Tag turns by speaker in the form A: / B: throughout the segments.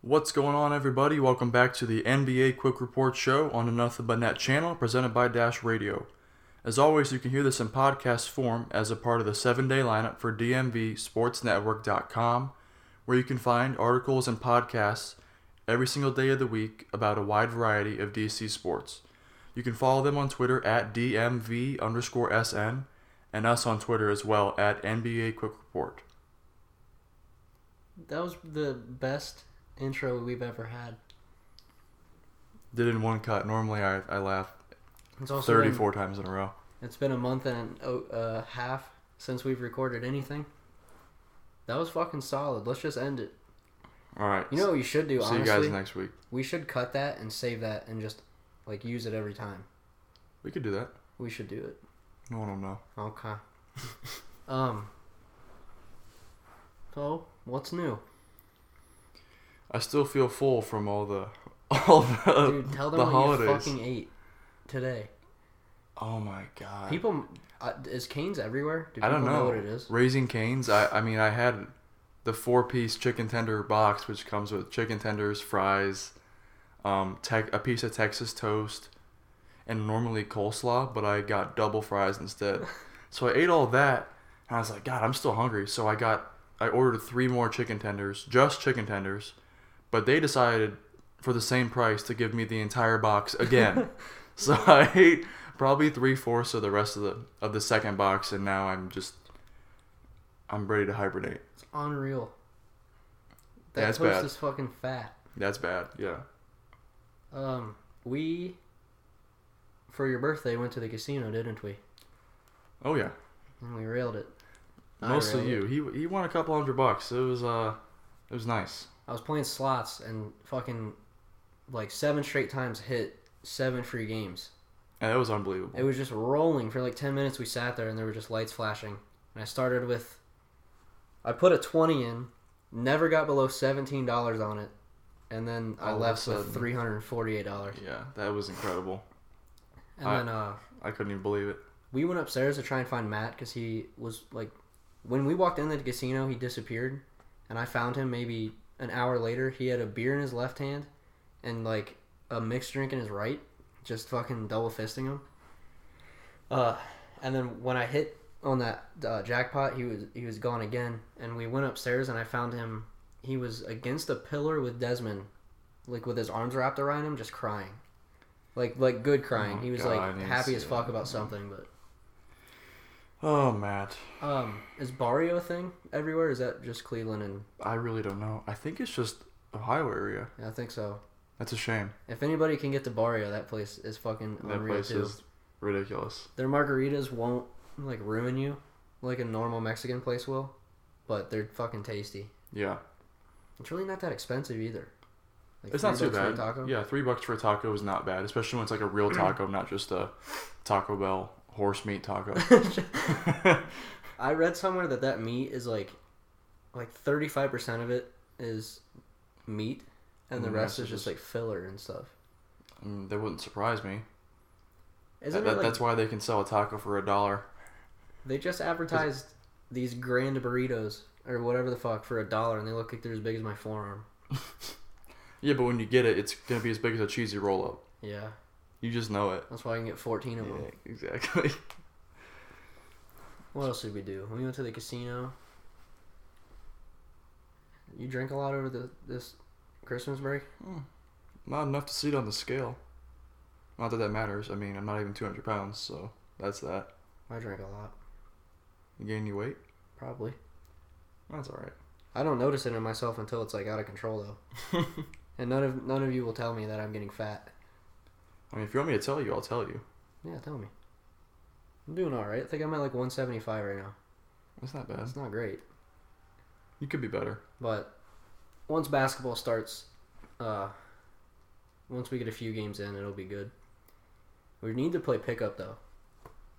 A: What's going on, everybody? Welcome back to the NBA Quick Report Show on the Nothing But Net channel, presented by Dash Radio. As always, you can hear this in podcast form as a part of the seven day lineup for DMVSportsNetwork.com, where you can find articles and podcasts every single day of the week about a wide variety of DC sports. You can follow them on Twitter at DMV underscore SN and us on Twitter as well at NBA Quick Report.
B: That was the best intro we've ever had.
A: Did in one cut. Normally I, I laugh
B: It's also
A: 34 times in a row.
B: Been, it's been a month and a uh, half since we've recorded anything. That was fucking solid. Let's just end it.
A: All right.
B: You know what we should do,
A: see you
B: honestly?
A: guys next week.
B: we should cut that and save that and just like use it every time.
A: We could do that.
B: We should do it.
A: No one will know.
B: Okay. um. So, what's new?
A: I still feel full from all the all the,
B: Dude, tell them
A: the
B: what
A: holidays.
B: you fucking ate today.
A: Oh my god.
B: People, uh, is Canes everywhere? Do
A: I
B: people
A: don't know.
B: what it is?
A: Raising Canes. I I mean I had the four piece chicken tender box which comes with chicken tenders, fries, um tech a piece of Texas toast, and normally coleslaw, but I got double fries instead. so I ate all that and I was like, God, I'm still hungry. So I got I ordered three more chicken tenders, just chicken tenders, but they decided for the same price to give me the entire box again. so I ate probably three fourths of the rest of the of the second box, and now I'm just I'm ready to hibernate.
B: It's unreal. That
A: Yeah, it's
B: host
A: bad.
B: is fucking fat.
A: That's bad. Yeah.
B: Um, we for your birthday went to the casino, didn't we?
A: Oh yeah.
B: And we railed it. I
A: Mostly
B: railed it.
A: you. He he won a couple hundred bucks. It was uh it was nice.
B: I was playing slots and fucking like seven straight times hit seven free games.
A: And it was unbelievable.
B: It was just rolling for like 10 minutes. We sat there and there were just lights flashing. And I started with, I put a 20 in, never got below $17 on it, and then I
A: All of a
B: left
A: sudden.
B: with $348.
A: yeah, that was incredible.
B: And
A: I-
B: then uh,
A: I couldn't even believe it.
B: we went upstairs to try and find Matt because he was like, when we walked in the casino, he disappeared. And I found him maybe an hour later. He had a beer in his left hand and like a mixed drink in his right, just fucking double fisting him. Uh, and then when I hit on that uh, jackpot, he was he was gone again. And we went upstairs and I found him. He was against a pillar with Desmond, like with his arms wrapped around him, just crying, like like good crying.
A: Oh,
B: he was
A: God, I
B: like
A: didn't
B: happy
A: see
B: as
A: that.
B: fuck about something, but.
A: Oh Matt.
B: Um, is Barrio a thing everywhere? Is that just Cleveland and
A: I really don't know. I think it's just Ohio area.
B: yeah, I think so.
A: That's a shame.
B: If anybody can get to Barrio, that place is fucking
A: That
B: unreal
A: place
B: too.
A: is ridiculous.
B: Their margaritas won't like ruin you like a normal Mexican place will, but they're fucking tasty.
A: Yeah.
B: It's really not that expensive either. Like
A: It's not
B: three
A: too
B: bucks for a
A: bad.
B: taco?
A: Yeah, three bucks for a taco is not bad, especially when it's like a real taco, not just a Taco Bell horse meat taco.
B: I read somewhere that that meat is like, like thirty five percent of it is meat, and the
A: Mm,
B: rest
A: that's
B: is just
A: just-
B: like filler and stuff.
A: I mean, Mm, that wouldn't surprise me.
B: Isn't
A: That-
B: it like
A: that's why they can sell a taco for a dollar.
B: They just advertised these grand burritos or whatever the fuck for a dollar, and they look like they're as big as my forearm.
A: Yeah, but when you get it, it's gonna be as big as a cheesy roll up.
B: Yeah,
A: You just know it. Oh.
B: that's why I can get fourteen of them.
A: Yeah, exactly.
B: What else did we do? We went to the casino. You drank a lot over the this Christmas break.
A: not enough to see it on the scale. Not that that matters. I mean, I'm not even 200 pounds, so that's that.
B: I drank a lot,
A: You gain any weight?
B: probably.
A: That's all right.
B: I don't notice it in myself until it's like out of control though. and none of none of you will tell me that I'm getting fat.
A: I mean, if you want me to tell you, I'll tell you.
B: Yeah, tell me. I'm doing all right. I think I'm at like 175 right now.
A: That's not bad.
B: That's not great.
A: You could be better.
B: But once basketball starts, uh, once we get a few games in, it'll be good. We need to play pickup though.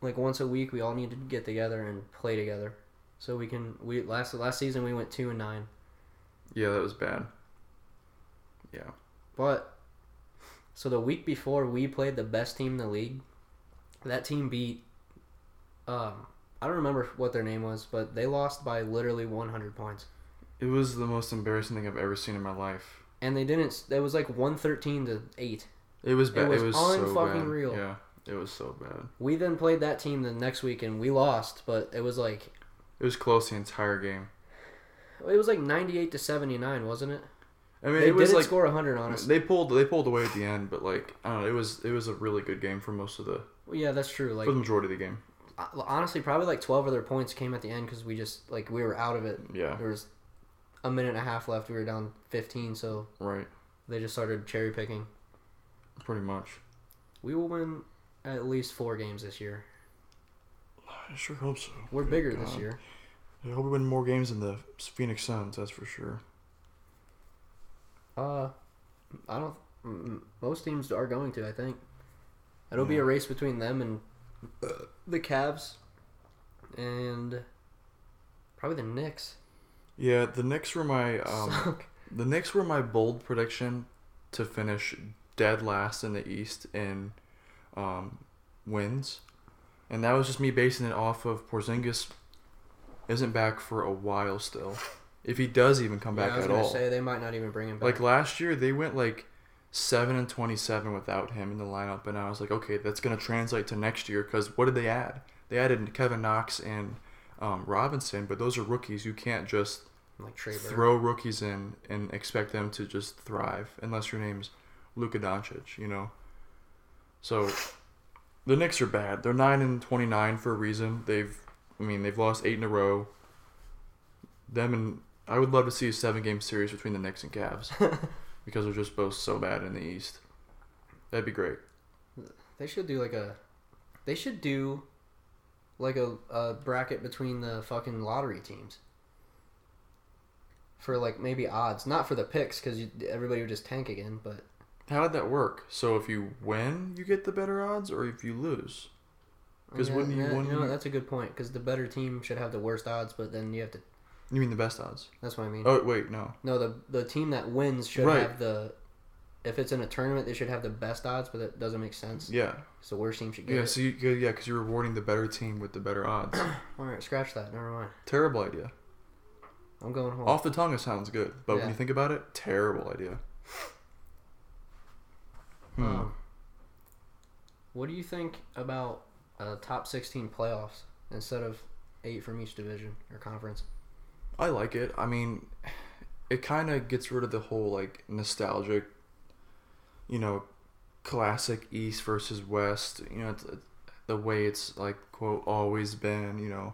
B: Like once a week, we all need to get together and play together, so we can. We last last season we went two and nine,
A: Yeah, that was bad. Yeah.
B: but so the week before we played the best team in the league. That team beat. Um, I don't remember what their name was, but they lost by literally 100 points.
A: It was the most embarrassing thing I've ever seen in my life.
B: and they didn't. That was like one thirteen to eight.
A: It was bad. It was,
B: was
A: so
B: unfucking
A: bad.
B: real.
A: Yeah, it was so bad.
B: We then played that team the next week and we lost, but it was like
A: It was close the entire game.
B: it was like ninety eight to seventy nine, wasn't it?
A: I mean,
B: they
A: it was
B: didn't
A: like
B: score hundred on us.
A: they pulled they pulled away at the end, but like I don't know, it was it was a really good game for most of the
B: Well, yeah, that's true. Like
A: for the majority of the game.
B: hon- honestly, probably like twelve of their points came at the end because we just like we were out of it.
A: Yeah,
B: There was a minute and a half left. We were down fifteen, so
A: right,
B: they just started cherry picking.
A: pretty much.
B: We will win at least four games this year.
A: I sure hope so.
B: We're
A: Good
B: bigger this
A: God.
B: year.
A: I hope we win more games than the Phoenix Suns. That's for sure.
B: Uh, I don't. mm, Most teams are going to. I think it'll be
A: Yeah.
B: a race between them and the Cavs, and probably the Knicks.
A: Yeah, the Knicks were my um,
B: Suck.
A: the Knicks were my bold prediction to finish dead last in the East in um, wins, and that was just me basing it off of Porzingis isn't back for a while still. If he does even come
B: Yeah,
A: back
B: I was
A: at
B: gonna
A: all,
B: say they might not even bring him back.
A: Like last year, they went like seven and twenty-seven without him in the lineup, and I was like, okay, that's gonna translate to next year because what did they add? They added Kevin Knox and um, Robinson, but those are rookies. You can't just
B: like Trey Burke.
A: throw rookies in and expect them to just thrive unless your name's Luka Doncic, you know. So the Knicks are bad. They're nine and twenty nine for a reason. They've I mean, they've lost eight in a row. Them and I would love to see a seven game series between the Knicks and Cavs because they're just both so bad in the East. That'd be great.
B: They should do like a. They should do, like a, a bracket between the fucking lottery teams. For like maybe odds, not for the picks, because everybody would just tank again. But
A: How did that work? So if you win, you get the better odds, or if you lose? 'Cause
B: Yeah,
A: wouldn't you-
B: yeah,
A: wouldn't
B: know
A: you-
B: that's a good point. Because the better team should have the worst odds, but then you have to.
A: You mean the best odds?
B: That's what I mean.
A: Oh wait, no.
B: No, the the team that wins should
A: Right.
B: have the. If it's in a tournament, they should have the best odds, but that doesn't make sense.
A: Yeah,
B: Because the worst team should get.
A: Yeah,
B: it.
A: so you, yeah, because you're rewarding the better team with the better odds.
B: All right, scratch that. Never mind.
A: terrible idea.
B: I'm going home.
A: Off the tongue, it sounds good, but when
B: Yeah.
A: you think about it, terrible idea. Hmm.
B: Um, what do you think about uh, top 16 playoffs instead of eight from each division or conference?
A: I like it. I mean, it kind of gets rid of the whole like nostalgic, you know, classic East versus West. You know, it's, it's the way it's like quote always been. You know,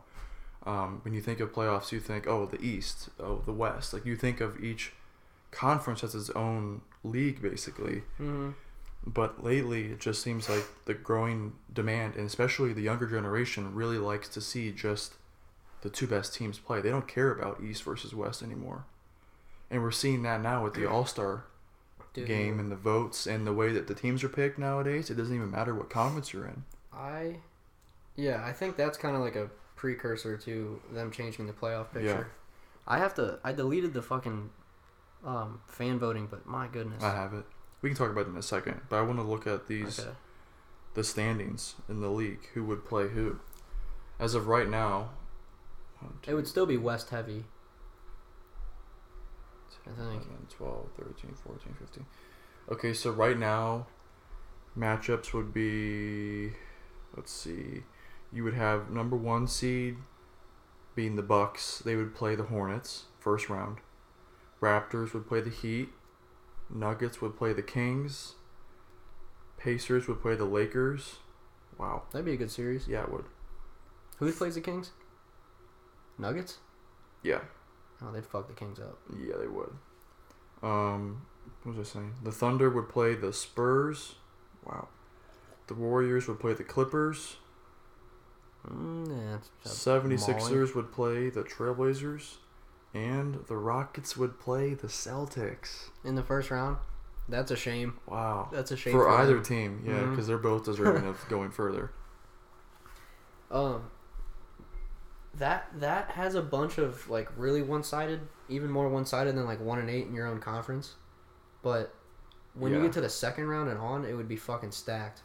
A: um, when you think of playoffs, you think oh the East, oh the West. Like you think of each conference as its own league basically.
B: Mm-hmm.
A: but lately it just seems like the growing demand and especially the younger generation really likes to see just the two best teams play they don't care about east versus west anymore and we're seeing that now with the all-star game and the votes and the way that the teams are picked nowadays it doesn't even matter what conference you're in
B: I, yeah, I think that's kind of like a precursor to them changing the playoff picture.
A: Yeah.
B: I have to. I deleted the fucking um, fan voting, but my goodness.
A: i have it we can talk about it in a second but i want to look at these
B: Okay.
A: the standings in the league who would play who as of right now one,
B: It would still be West heavy. I think.
A: 11, 12, 13, 14, 15. Okay, so right now, matchups would be. Let's see. You would have number one seed being the Bucks. They would play the Hornets first round. Raptors would play the Heat. Nuggets would play the Kings. Pacers would play the Lakers. Wow.
B: That'd be a good series.
A: Yeah, it would.
B: Who plays the Kings? Nuggets?
A: Yeah.
B: Oh, they'd fuck the Kings up.
A: Yeah, they would. Um, what was I saying? The Thunder would play the Spurs. Wow. The Warriors would play the Clippers.
B: Mm, yeah, it's- it's a
A: 76ers
B: mauling.
A: would play the Trailblazers. And the Rockets would play the Celtics.
B: in the first round. That's a shame.
A: Wow.
B: That's a shame
A: For either
B: them.
A: team, yeah,
B: Mhm.
A: because they're both deserving of going further.
B: Um, that that has a bunch of like really one sided, even more one sided than like one and eight in your own conference. But when you
A: Yeah.
B: get to the second round and on, it would be fucking stacked.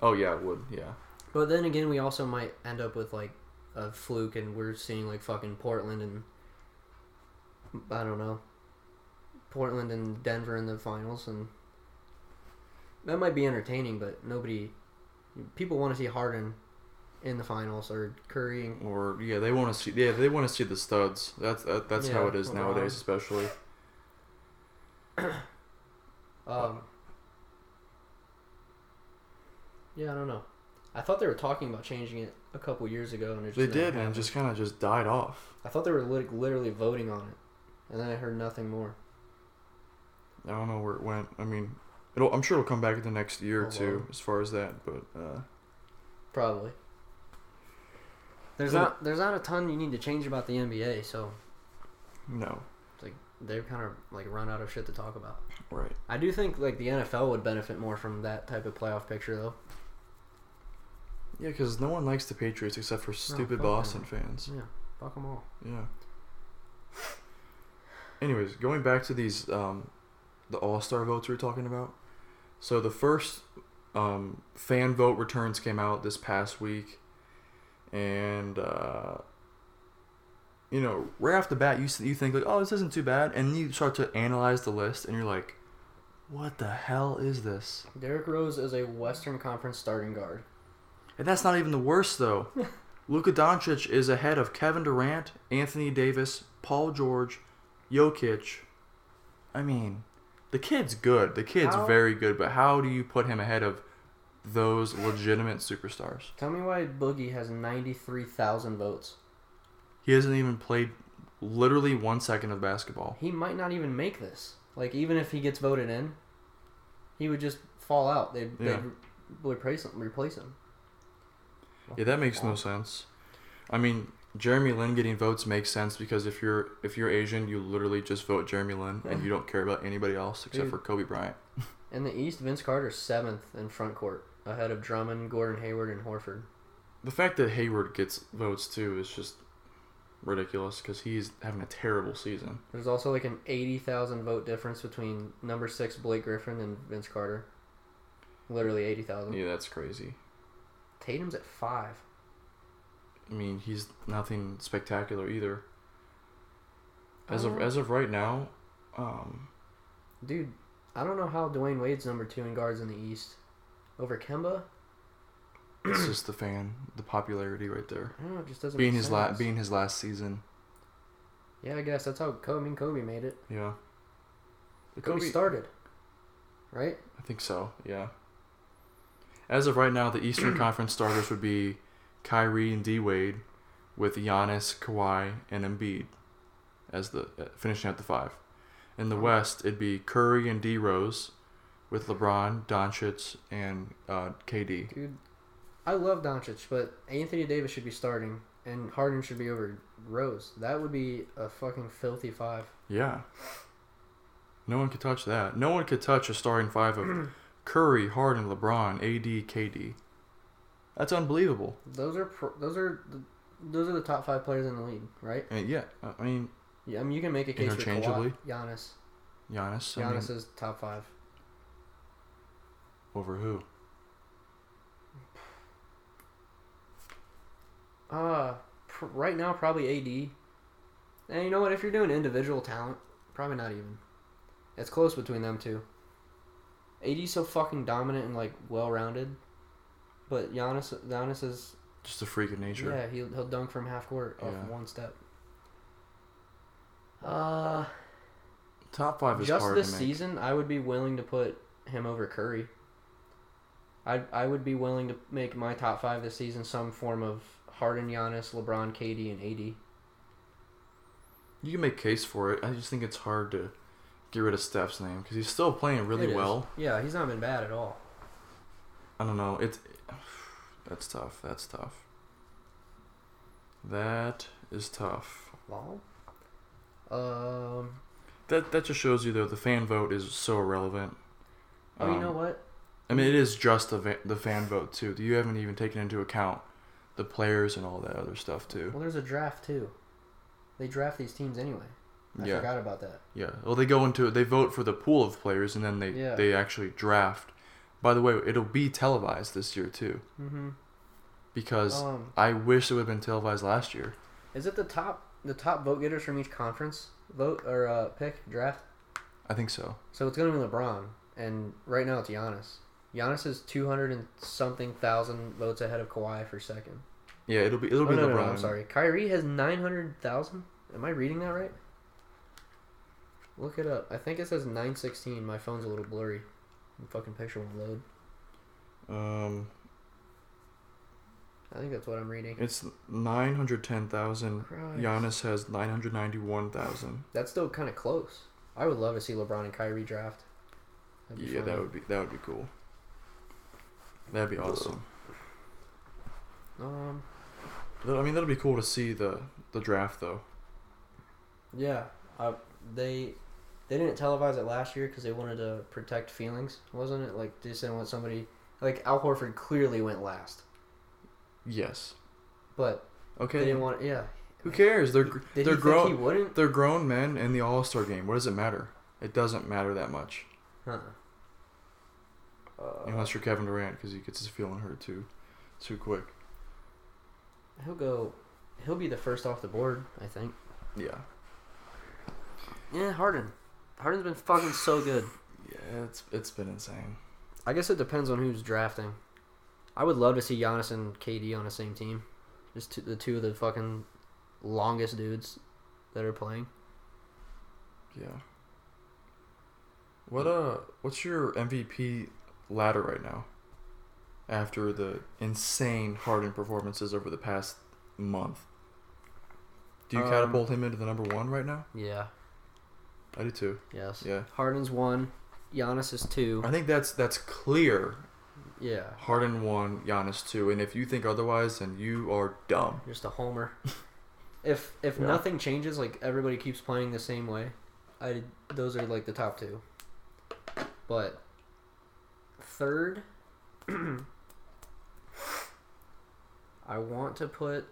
A: Oh, yeah, it would, yeah.
B: But then again, we also might end up with like a fluke, and we're seeing like fucking Portland and I don't know Portland and Denver in the finals, and that might be entertaining, but nobody, people want to see Harden in the finals or Curry. And,
A: Or yeah, they want to see yeah they want to see the studs. That's that, that's how
B: Yeah,
A: it is
B: LeBron.
A: nowadays, especially.
B: um, yeah, I don't know. I thought they were talking about changing it a couple years ago, and it just
A: They
B: never
A: did and
B: happened.
A: it just kind of just died off.
B: I thought they were lit- literally voting on it, and then I heard nothing more.
A: I don't know where it went. I mean, it'll I'm sure it'll come back in the next year or
B: Oh, wow.
A: two as far as that. But uh,
B: Probably. There's
A: Yeah.
B: not there's not a ton you need to change about the NBA, so
A: no,
B: it's like they've kind of like run out of shit to talk about.
A: right?
B: I do think like the NFL would benefit more from that type of playoff picture though.
A: Yeah, because no one likes the Patriots except for stupid
B: fuck
A: Boston
B: them.
A: fans.
B: Yeah, fuck them all.
A: Yeah. Anyways, going back to these um, the All Star votes we were talking about. So the first um, fan vote returns came out this past week, and uh, you know right off the bat you s- you think like oh this isn't too bad, and you start to analyze the list and you're like, what the hell is this?
B: Derrick Rose is a Western Conference starting guard.
A: And that's not even the worst though. Luka Doncic is ahead of Kevin Durant, Anthony Davis, Paul George, Jokic. I mean, the kid's good. The kid's
B: How-
A: very good, but how do you put him ahead of those legitimate superstars?
B: Tell me why Boogie has ninety three thousand votes.
A: He hasn't even played literally one second of basketball.
B: He might not even make this. Like even if he gets voted in, he would just fall out. They'd,
A: Yeah.
B: they'd re- replace him. Replace him.
A: Yeah, that makes no sense. I mean, Jeremy Lin getting votes makes sense because if you're if you're Asian, you literally just vote Jeremy Lin and you don't care about anybody else except
B: Dude.
A: for Kobe Bryant.
B: In the East, Vince Carter seventh in front court, ahead of Drummond, Gordon Hayward, and Horford.
A: The fact that Hayward gets votes too is just ridiculous because he's having a terrible season.
B: There's also like an eighty thousand vote difference between number six Blake Griffin and Vince Carter. Literally eighty thousand.
A: Yeah, that's crazy.
B: Tatum's at five.
A: I mean, he's nothing spectacular either. As
B: Oh.
A: of as of right now, um,
B: Dude, I don't know how Dwayne Wade's number two in guards in the East. Over Kemba?
A: it's just the fan, the popularity right there.
B: I don't know, it just doesn't
A: Being
B: make
A: his
B: sense.
A: last, being his last season.
B: Yeah, I guess that's how Kobe, I mean, Kobe made it.
A: Yeah. The
B: Kobe, started. Right?
A: I think so. Yeah. As of right now, the Eastern Conference starters would be Kyrie and D Wade, with Giannis, Kawhi, and Embiid as the uh, finishing out the five. In the West, it'd be Curry and D Rose, with LeBron, Doncic, and uh, KD.
B: Dude, I love Doncic, but Anthony Davis should be starting and Harden should be over Rose. That would be a fucking filthy five.
A: Yeah. No one could touch that. No one could touch a starting five of Curry, Harden, LeBron, AD, KD. That's unbelievable.
B: Those are pro- those are the, those are the top five players in the league, right?
A: And yeah, I- I mean,
B: Yeah, I mean you can make a case for Kawhi,
A: Interchangeably?
B: Giannis.
A: Giannis. I mean,
B: Giannis is top five.
A: over who?
B: Uh, pr- right now probably AD. And you know what? If you're doing individual talent, probably not even. It's close between them two. AD's so fucking dominant and like well-rounded, but Giannis Giannis is
A: Just a freak of nature.
B: yeah he'll he'll dunk from half court off
A: Yeah.
B: one step. Uh,
A: Top five is
B: just
A: hard
B: this
A: to make.
B: season, I would be willing to put him over Curry. I I would be willing to make my top five this season some form of Harden, Giannis, LeBron, KD, and AD.
A: You can make case for it. I just think it's hard to get rid of Steph's name because he's still playing really
B: It is.
A: well.
B: Yeah, he's not been bad at all.
A: I don't know. It's that's tough. That's tough. That is tough.
B: Lol. Um.
A: That that just shows you though the fan vote is so irrelevant.
B: Oh, you
A: Um,
B: know what?
A: I mean, it is just the va- the fan vote too. You haven't even taken into account the players and all that other stuff too.
B: Well, there's a draft too. They draft these teams anyway. I
A: yeah.
B: forgot about that.
A: Yeah. Well, they go into they vote for the pool of players, and then they
B: Yeah.
A: they actually draft. By the way, it'll be televised this year too,
B: Mm-hmm.
A: because
B: Um,
A: I wish it would have been televised last year.
B: is it the top the top vote getters from each conference vote or uh, pick draft?
A: I think so.
B: So it's gonna be LeBron, and right now it's Giannis. Giannis is two hundred and something thousand votes ahead of Kawhi for second.
A: Yeah, it'll be it'll
B: Oh,
A: be
B: no,
A: LeBron.
B: no, no, I'm sorry. Kyrie has nine hundred thousand. Am I reading that right? Look it up. I think it says nine sixteen. My phone's a little blurry. The fucking picture won't load.
A: Um,
B: I think that's what I'm reading.
A: it's nine hundred ten thousand.
B: Christ.
A: Giannis has nine hundred ninety one thousand.
B: That's still kind of close. I would love to see LeBron and Kyrie draft. That'd be
A: Yeah,
B: fun.
A: that would be that would be cool. That'd be awesome.
B: Um,
A: But, I mean, that'd be cool to see the the draft though.
B: yeah. Uh, they they didn't televise it last year because they wanted to protect feelings, wasn't it? Like they just didn't want somebody like Al Horford clearly went last,
A: Yes.
B: but they
A: Okay.
B: didn't want. Yeah,
A: Who cares? They're
B: He-
A: gr-
B: did he
A: they're
B: think He
A: grown.
B: wouldn't.
A: They're grown men in the All Star game. What does it matter? It doesn't matter that much
B: Huh. Uh,
A: unless you're Kevin Durant because he gets his feeling hurt too, too quick.
B: he'll go. He'll be the first off the board, I think.
A: Yeah.
B: Yeah, Harden. Harden's been fucking so good.
A: Yeah. It's it's been insane.
B: I guess it depends on who's drafting. I would love to see Giannis and KD on the same team. Just two, the two of the fucking longest dudes that are playing.
A: Yeah. What uh what's your MVP ladder right now? After the insane Harden performances over the past month. Do you
B: Um,
A: catapult him into the number one right now?
B: Yeah.
A: I do too.
B: Yes.
A: Yeah.
B: Harden's one. Giannis is two.
A: I think that's that's clear.
B: Yeah.
A: Harden one, Giannis two, and if you think otherwise then you are dumb.
B: Just a homer. if if
A: Yeah.
B: nothing changes, like everybody keeps playing the same way, I those are like the top two. But third, I want to put.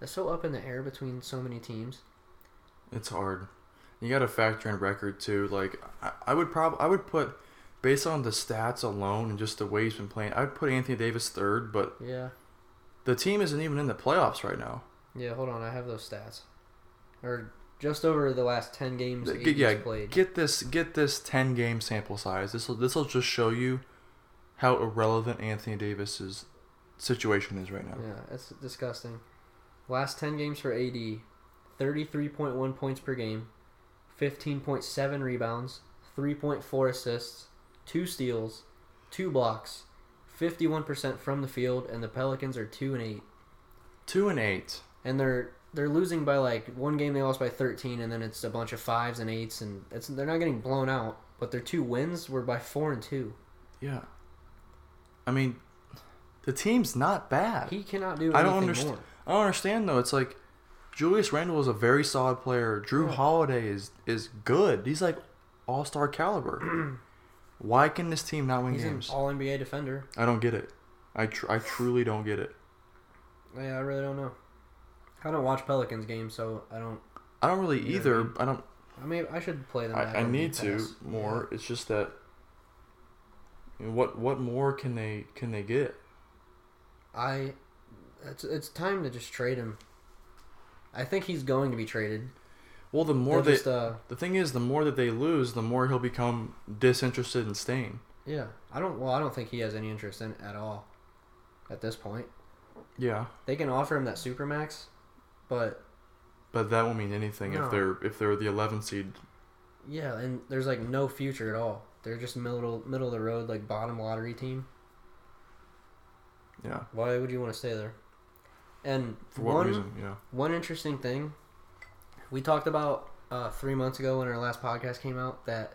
B: That's so up in the air between so many teams.
A: It's hard. You gotta factor in record too. Like I, I would probably I would put based on the stats alone and just the way he's been playing, I'd put Anthony Davis third, but
B: Yeah.
A: The team isn't even in the playoffs right now.
B: Yeah. Hold on, I have those stats. Or just over the last ten games,
A: G-
B: AD's
A: yeah,
B: played.
A: get this, get this ten game sample size. This will this will just show you how irrelevant Anthony Davis's situation is right now.
B: Yeah, that's disgusting. Last 10 games for AD 33.1 points per game, 15.7 rebounds, 3.4 assists, 2 steals, 2 blocks, 51% from the field, and the Pelicans are 2 and 8.
A: Two and eight.
B: And they're they're losing by like one game they lost by 13 and then it's a bunch of fives and eights and it's they're not getting blown out, but their two wins were by 4 and 2.
A: Yeah. I mean, the team's not bad.
B: He cannot do anything
A: I don't understand.
B: more.
A: I don't understand though. It's like Julius Randle is a very solid player. Drew
B: Yeah.
A: Holiday is is good. He's like all star caliber. Why can this team not win
B: He's an
A: games?
B: all NBA defender.
A: I don't get it. I tr- I truly don't get it.
B: Yeah, I really don't know. I don't watch Pelicans games, so I don't.
A: I don't really
B: You know
A: either.
B: what I mean?
A: I don't.
B: I mean, I should play them. back
A: I, I
B: on
A: need to
B: defense.
A: more. It's just that. I mean, What what more can they can they get?
B: Yeah. I, it's it's time to just trade him. I think he's going to be traded.
A: Well, the more
B: They're
A: that
B: just uh,
A: the thing is, the more that they lose, the more he'll become disinterested in staying.
B: yeah. I don't. Well, I don't think he has any interest in it at all. At this point,
A: Yeah,
B: they can offer him that supermax, but
A: but that won't mean anything
B: No.
A: if they're if they're the 11 seed.
B: yeah, and there's like no future at all. They're just middle middle of the road, like bottom lottery team.
A: Yeah,
B: Why would you want to stay there? And
A: for what
B: one,
A: reason? Yeah,
B: One interesting thing we talked about uh, three months ago when our last podcast came out that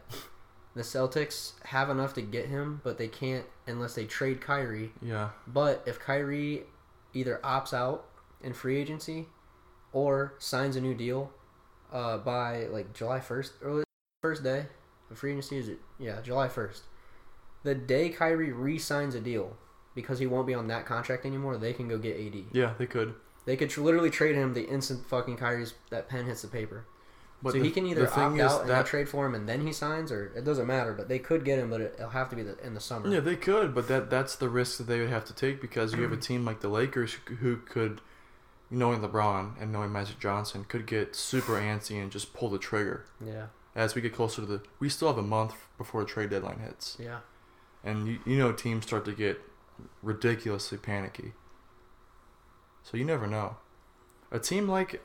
B: the Celtics have enough to get him, but they can't unless they trade Kyrie.
A: yeah,
B: But if Kyrie either opts out in free agency or signs a new deal uh, by like July 1st or first day of free agency, is it? Yeah, July 1st. The day Kyrie re signs a deal because he won't be on that contract anymore, they can go get AD.
A: yeah. They could,
B: They could tr- literally trade him the instant fucking Kyrie's that pen hits the paper.
A: but
B: so
A: the,
B: he can either
A: the thing
B: opt
A: is
B: out and not
A: that
B: trade for him, and then he signs, or it doesn't matter. But they could get him, but it, it'll have to be the, in the summer.
A: yeah they
B: Mm.
A: could, but that that's the risk that they would have to take because you have a team like the Lakers who could knowing LeBron and knowing Magic Johnson, could get super antsy and just pull the trigger.
B: Yeah.
A: As we get closer to the, we still have a month before the trade deadline hits,
B: Yeah.
A: and you, you know teams start to get ridiculously panicky. So you never know. A team like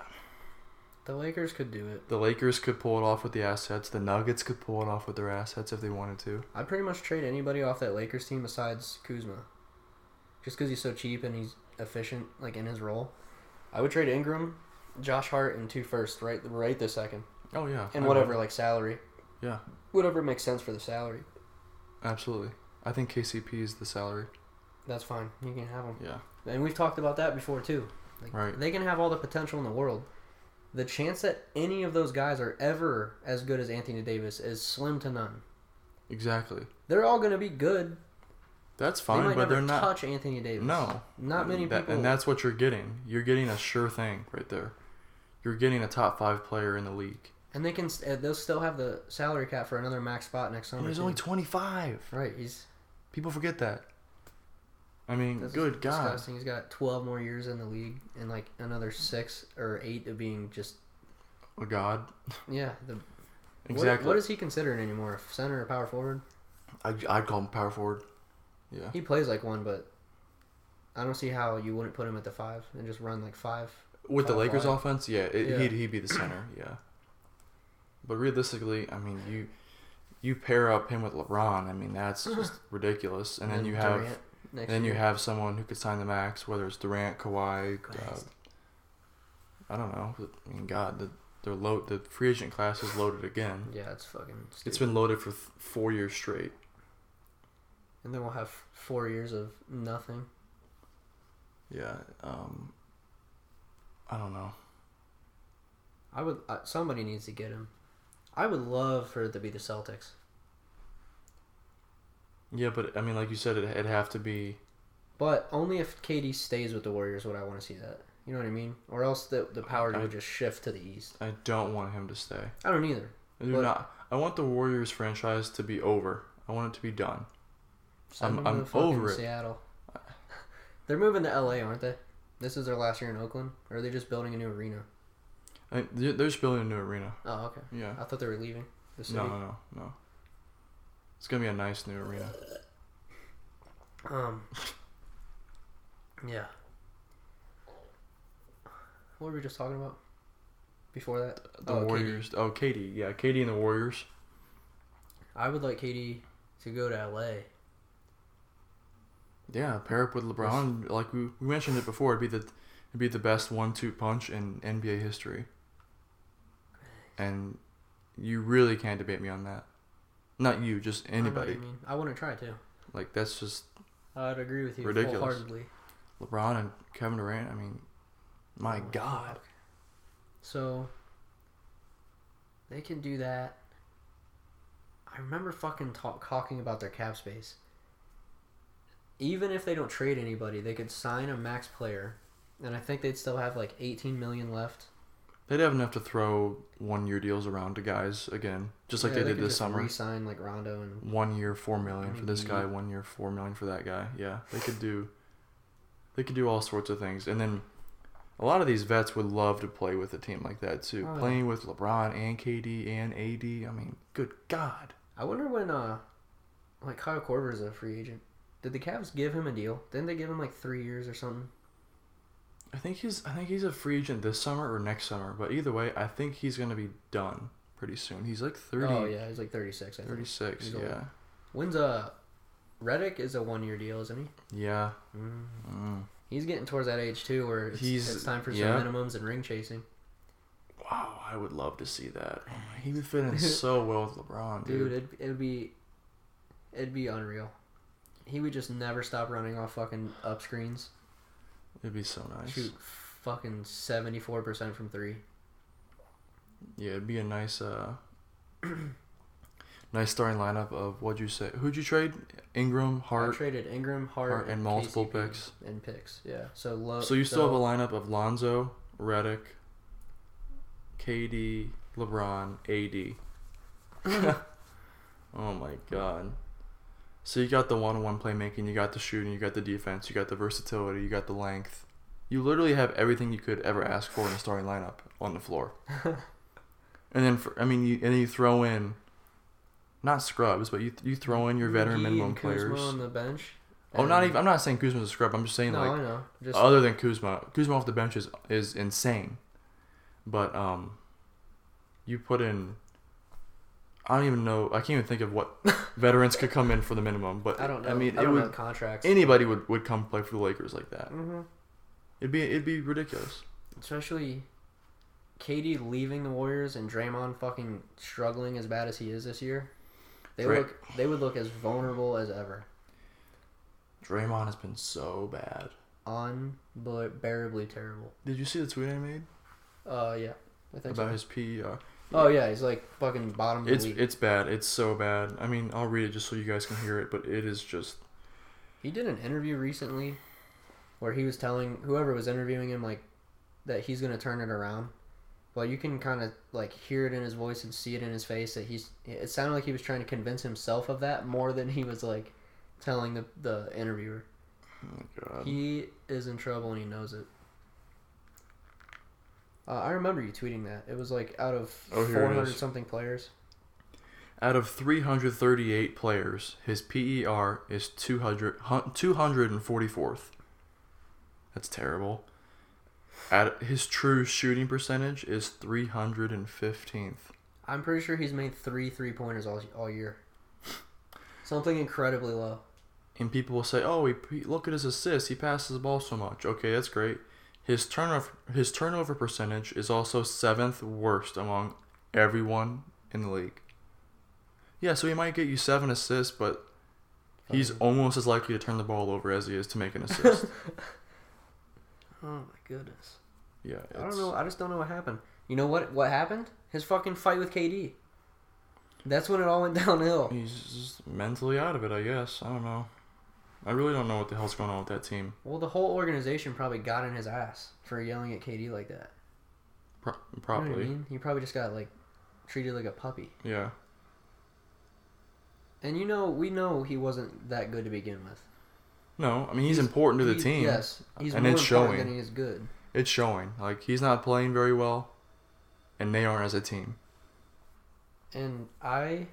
B: The Lakers could do it.
A: the Lakers could pull it off with the assets. The Nuggets could pull it off with their assets if they wanted to.
B: I'd pretty much trade anybody off that Lakers team besides Kuzma, just because he's so cheap and he's efficient, like in his role. I would trade Ingram, Josh Hart, and two first right right this second,
A: Oh yeah,
B: and
A: I
B: whatever
A: would.
B: like salary.
A: Yeah.
B: Whatever makes sense for the salary,
A: Absolutely, I think KCP is the salary.
B: that's fine. You can have them.
A: Yeah,
B: And we've talked about that before too. Like,
A: Right.
B: They can have all the potential in the world. The chance that any of those guys are ever as good as Anthony Davis is slim to none.
A: exactly.
B: They're all going to be good.
A: That's
B: they
A: fine,
B: might
A: but
B: never
A: they're not.
B: touch Anthony Davis.
A: No.
B: Not many
A: That-
B: people.
A: And that's what you're getting. You're getting a sure thing right there. You're getting a top five player in the league.
B: And they can st- uh, they'll still have the salary cap for another max spot next summer.
A: And he's
B: too.
A: only 25.
B: right. He's
A: People forget that. I mean,
B: that's
A: good God.
B: disgusting. He's got 12 more years in the league and like another 6 or 8 of being just
A: Oh, God.
B: yeah, the
A: Exactly.
B: What, what is he considered anymore? A Center or power forward?
A: I, I'd call him power forward. Yeah.
B: He plays like one, but I don't see how you wouldn't put him at the 5 and just run like 5.
A: With the
B: Power
A: Lakers
B: forward.
A: offense, yeah, it,
B: Yeah.
A: He'd, he'd be the center. Yeah. But realistically, I mean, you you pair up him with LeBron. I mean, that's just ridiculous. And then you have.
B: Durant next
A: And then you
B: year.
A: have someone who could sign the max, whether it's Durant, Kawhi. Uh,
B: Christ.
A: I don't know. I mean, God, the they're low. The free agent class is loaded again.
B: Yeah, it's fucking stupid.
A: It's been loaded for th- four years straight.
B: and then we'll have 4 years of nothing.
A: Yeah. Um. I don't know.
B: I would uh, somebody needs to get him. I would love for it to be the Celtics.
A: Yeah, but I mean, like you said, it, it'd have to be.
B: But only if KD stays with the Warriors would I want to see that. You know what I mean? Or else the the power
A: I-
B: would just shift to the East.
A: I don't want him to stay.
B: I don't either.
A: I do
B: But-
A: not. I want the Warriors franchise to be over. I want it to be done.
B: Send
A: I'm-
B: them to
A: I'm
B: fucking
A: over it.
B: Seattle. They're moving to LA, aren't they? This is their last year in Oakland, or are they just building a new arena?
A: I, they're they're just building a new arena.
B: Oh, okay.
A: Yeah.
B: I thought they were leaving the city.
A: No, no, no, no. It's gonna be a nice new arena.
B: Um. Yeah. What were we just talking about? Before that,
A: The
B: Oh, KD.
A: Warriors. Oh, Katie. Yeah, Katie and the Warriors.
B: I would like KD to go to LA.
A: Yeah, pair up with LeBron. Like we, we mentioned it before, it'd be the it'd be the best one-two punch in NBA history. And you really can't debate me on that. Not you, just
B: I know what
A: anybody.
B: you mean, I wouldn't try to.
A: Like that's just
B: I'd agree with you
A: Ridiculous.
B: wholeheartedly.
A: LeBron and Kevin Durant. I mean, my
B: Oh,
A: God.
B: So they can do that. I remember fucking talk, talking about their cap space. Even if they don't trade anybody, they could sign a max player, and I think they'd still have like 18 million left.
A: They'd have enough to throw one-year deals around to guys again, just like
B: Yeah,
A: they, did
B: could
A: this
B: just
A: summer.
B: Re-sign like Rondo and
A: one year four million for this
B: Mhm.
A: guy, one year four million for that guy. Yeah, they could do, they could do all sorts of things. And then, a lot of these vets would love to play with a team like that too.
B: Oh, yeah.
A: Playing with LeBron and KD and AD. I mean, good God.
B: I wonder when uh like Kyle Korver's a free agent. Did the Cavs give him a deal? Didn't they give him like three years or something?
A: I think he's I think he's a free agent this summer or next summer. But either way, I think he's gonna be done pretty soon. He's like 30,
B: oh yeah, he's like 36. I think.
A: 36.
B: He's
A: yeah,
B: old. When's uh Reddick is a one year deal, isn't
A: yeah.
B: he? Mm.
A: Mm.
B: He's getting towards that age too, where it's,
A: He's-
B: it's time for some
A: yeah.
B: minimums and ring chasing.
A: Wow, I would love to see that. Oh my- He would fit in so well with LeBron,
B: Dude, it'd, it'd be it'd be unreal. He would just never stop running off fucking up screens.
A: It'd be so nice.
B: Shoot fucking 74% from 3.
A: Yeah, it'd be a nice, uh, nice starting lineup of what'd you say? Who'd you trade? Ingram,
B: I
A: Hart.
B: traded Ingram, Hart,
A: Hart and multiple
B: KCP
A: picks.
B: and picks. Yeah. So low
A: So you still have a lineup of Lonzo, Redick, KD, LeBron, AD.
B: Mm.
A: oh my God. So you got the one-on-one playmaking, you got the shooting, you got the defense, you got the versatility, you got the length, You literally have everything you could ever ask for in a starting lineup on the floor. and then, for, I mean, you, and then you throw in, not scrubs, but you you throw in your veteran
B: Gee
A: minimum
B: and Kuzma
A: players.
B: on the bench.
A: Oh, not
B: and-
A: even. I'm not saying Kuzma's a scrub. I'm just saying
B: No,
A: like
B: I know. Just
A: other than Kuzma, Kuzma off the bench is is insane. But um, you put in. I don't even know. I can't even think of what veterans could come in for the minimum. But
B: I don't know.
A: I mean,
B: I
A: it
B: don't
A: would
B: know the contracts.
A: anybody would, would come play for the Lakers like that.
B: hmm
A: It'd be it'd be ridiculous.
B: especially KD leaving the Warriors and Draymond fucking struggling as bad as he is this year. They
A: Dray-
B: look they would look as vulnerable as ever.
A: Draymond has been so bad.
B: Unbearably terrible.
A: Did you see the tweet I made
B: Uh yeah. I think
A: about
B: so.
A: his PER?
B: Oh yeah, he's like fucking bottom of the
A: It's
B: league.
A: it's bad. It's so bad. I mean, I'll read it just so you guys can hear it, but it is just
B: He did an interview recently where he was telling whoever was interviewing him like that he's gonna turn it around. Well, you can kind of like hear it in his voice and see it in his face that he's. It sounded like he was trying to convince himself of that more than he was like telling the the interviewer.
A: oh my god.
B: He is in trouble and he knows it. Uh, I remember you tweeting that. It was like out of
A: Oh, here it
B: 400
A: is.
B: something players.
A: Out of 338 players, his PER is 200, hun- 244th. That's terrible. At his true shooting percentage is 315th.
B: I'm pretty sure he's made three three pointers all, all year. Something incredibly low.
A: And people will say, "Oh, he, he look at his assists. He passes the ball so much." Okay, that's great. His turnover his turnover percentage is also seventh worst among everyone in the league. Yeah, so he might get you seven assists, but he's
B: Um,
A: almost as likely to turn the ball over as he is to make an assist.
B: Oh my goodness.
A: yeah,
B: I don't
A: it's-
B: know. I just don't know what happened. You know what? What happened? His fucking fight with KD. That's when it all went downhill.
A: He's just mentally out of it, I guess. I don't know. I really don't know what the hell's going on with that team.
B: Well, the whole organization probably got in his ass for yelling at KD like that.
A: Pro-
B: You know what I
A: probably,
B: mean? He probably just got like treated like a puppy.
A: yeah.
B: And you know, we know he wasn't that good to begin with.
A: No, I mean he's, important to the
B: He's-
A: team.
B: Yes, he's
A: And
B: more
A: it's showing.
B: important than he is good.
A: it's showing. Like he's not playing very well, and they aren't as a team.
B: And I,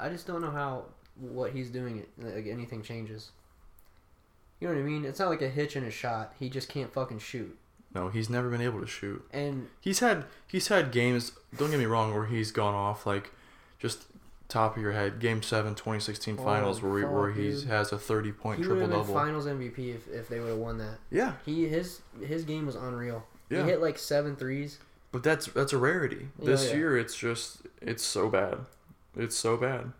B: I just don't know how what he's doing it like anything changes. You know what I mean? It's not like a hitch in a shot. He just can't fucking shoot.
A: No, he's never been able to shoot.
B: And
A: He's had he's had games. Don't get me wrong, where he's gone off like just top of your head. Game seven, 2016
B: Oh,
A: finals, where he, where
B: fuck,
A: he
B: dude.
A: has a 30 point
B: he would
A: triple
B: have
A: double.
B: been Finals MVP if, if they would have won that.
A: Yeah,
B: He his his game was unreal.
A: Yeah.
B: He hit like seven threes.
A: but that's that's a rarity.
B: Yeah,
A: This
B: yeah.
A: year, it's just it's so bad. It's so bad.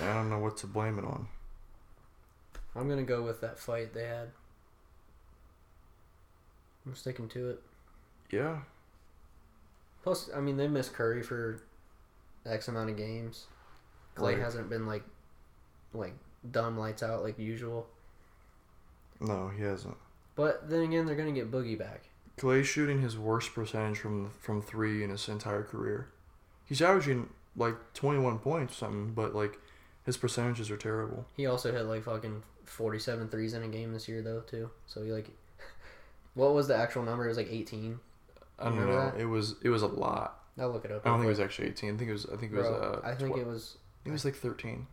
A: I don't know what to blame it on.
B: I'm gonna go with that fight they had. I'm sticking to it.
A: Yeah,
B: Plus, I mean, they missed Curry for X amount of games. Clay
A: Right.
B: hasn't been like, like dumb lights out like usual.
A: no, he hasn't.
B: But then again, they're gonna get Boogie back.
A: Clay's shooting his worst percentage from from three in his entire career. He's averaging like 21 points or something, but like his percentages are terrible.
B: He also hit like fucking 47 threes in a game this year though too. So he like, what was the actual number? It was like 18.
A: I don't
B: Remember
A: know.
B: that?
A: It was it was a lot.
B: I'll look it up.
A: I don't
B: real
A: think it was actually
B: quick.
A: 18. I think it was I think it was
B: Bro,
A: uh
B: I think
A: twe-
B: it was
A: I think it was like 13.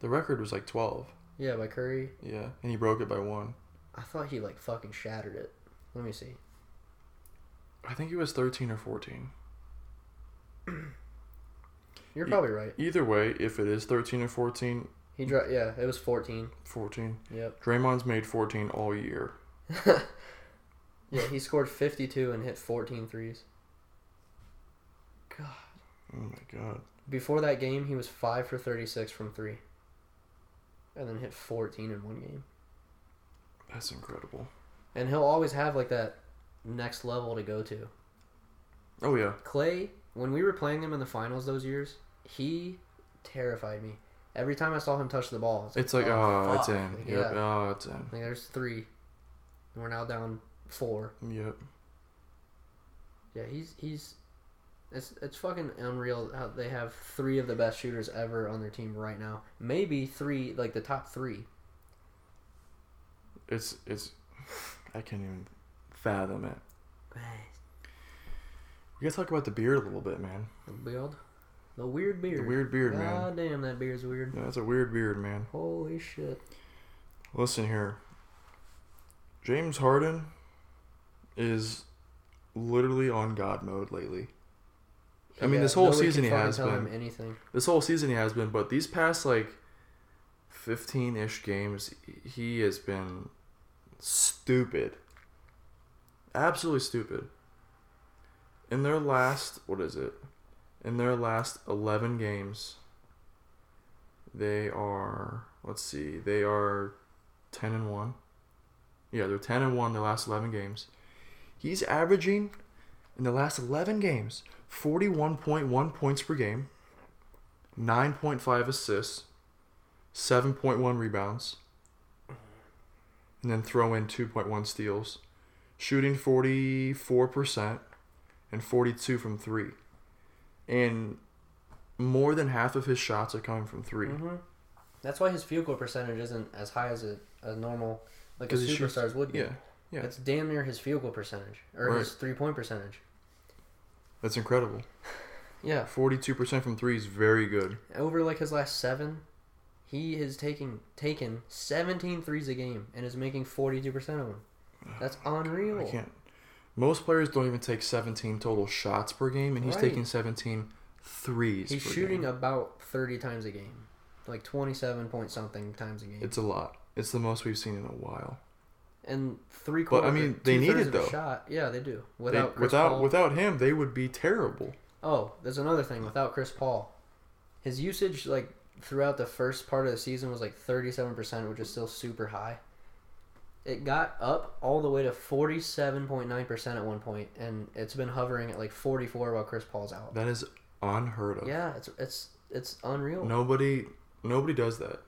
A: The record was like 12.
B: yeah by Curry.
A: Yeah, and he broke it by one.
B: I thought he like fucking shattered it. Let me see.
A: I think it was 13 or 14.
B: You're
A: Ye-
B: probably right.
A: Either way, if it is 13 or 14,
B: He dro- yeah, it was 14.
A: 14.
B: Yep.
A: Draymond's made 14 all year.
B: yeah, he scored 52 and hit 14 threes. God.
A: Oh my god.
B: Before that game, he was 5 for 36 from 3. And then hit 14 in one game.
A: That's incredible.
B: And he'll always have like that next level to go to.
A: Oh yeah.
B: Clay, when we were playing him in the finals those years, he terrified me. Every time I saw him touch the ball, it's
A: It's like, oh, it's
B: fuck."
A: in.
B: Like,
A: Yep.
B: yeah.
A: Oh, it's in.
B: Like, there's three. And we're now down four.
A: Yep.
B: Yeah, he's he's it's it's fucking unreal how they have three of the best shooters ever on their team right now. Maybe three, like the top three.
A: It's it's I can't even fathom it. We gotta talk about the beard a little bit, man.
B: The beard. The weird beard.
A: The weird beard,
B: God
A: man.
B: damn, that beard's weird.
A: Yeah, that's a weird beard, man.
B: Holy shit.
A: Listen here. James Harden is literally on God mode lately. I mean, this whole
B: nobody
A: season
B: can
A: he
B: fucking
A: has
B: tell him
A: been.
B: anything.
A: This whole season he has been, but these past like 15 ish games, he has been stupid. Absolutely stupid. In their last, what is it? In their last 11 games, they are, let's see, they are 10 and 1. Yeah, they're 10 and 1 their last 11 games. He's averaging in the last 11 games 41.1 points per game, 9.5 assists, 7.1 rebounds, and then throw in 2.1 steals, shooting 44% and 42 from 3. And more than half of his shots are coming from 3.
B: hmm That's why his field goal percentage isn't as high as a, a normal, like a
A: 'Cause he shoots-
B: superstar's would be.
A: Yeah, yeah.
B: It's damn near his field goal percentage or
A: Right.
B: his three point percentage.
A: that's incredible.
B: Yeah,
A: 42% from 3 is very good.
B: over like his last seven, he has taken taken 17 threes a game and is making 42 percent of them. That's unreal.
A: Oh I can't. Most players don't even take 17 total shots per game, and he's
B: Right.
A: taking 17 threes.
B: He's
A: per
B: shooting
A: game.
B: about 30 times a game, like 27 point something times a game,
A: It's a lot. It's the most we've seen in a while.
B: and three
A: But, I
B: quarters.
A: mean, they need it, though.
B: Shot, yeah, they do.
A: They-
B: Without Chris
A: without
B: Paul.
A: without him, they would be terrible.
B: Oh, there's another thing. Without Chris Paul, his usage like throughout the first part of the season was like 37 percent, which is still super high. It got up all the way to 47.9 percent at one point, and it's been hovering at like 44 while Chris Paul's out.
A: That is unheard of.
B: Yeah, it's it's it's unreal.
A: Nobody nobody does that.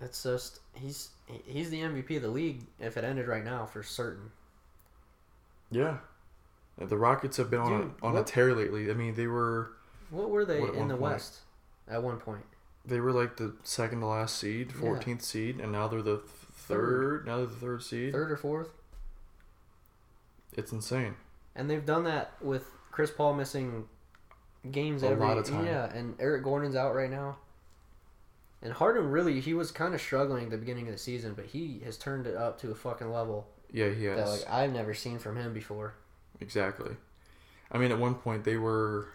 B: It's just he's he- he's the MVP of the league if it ended right now for certain.
A: Yeah. The Rockets have been on,
B: Dude,
A: a, on a
B: what-
A: tear lately. I mean, they were
B: What were they
A: What, at
B: in
A: one
B: the
A: point?
B: West at one point?
A: they were like the second to last seed,
B: Yeah.
A: 14th seed, and now they're the th-
B: Third.
A: third. Now they're the third seed.
B: Third or fourth?
A: It's insane.
B: And they've done that with Chris Paul missing games
A: A
B: every
A: lot of time.
B: Yeah, and Eric Gordon's out right now. And Harden really he was kind of struggling at the beginning of the season, but he has turned it up to a fucking level
A: Yeah, he
B: that
A: has.
B: like I've never seen from him before.
A: Exactly. I mean, at one point they were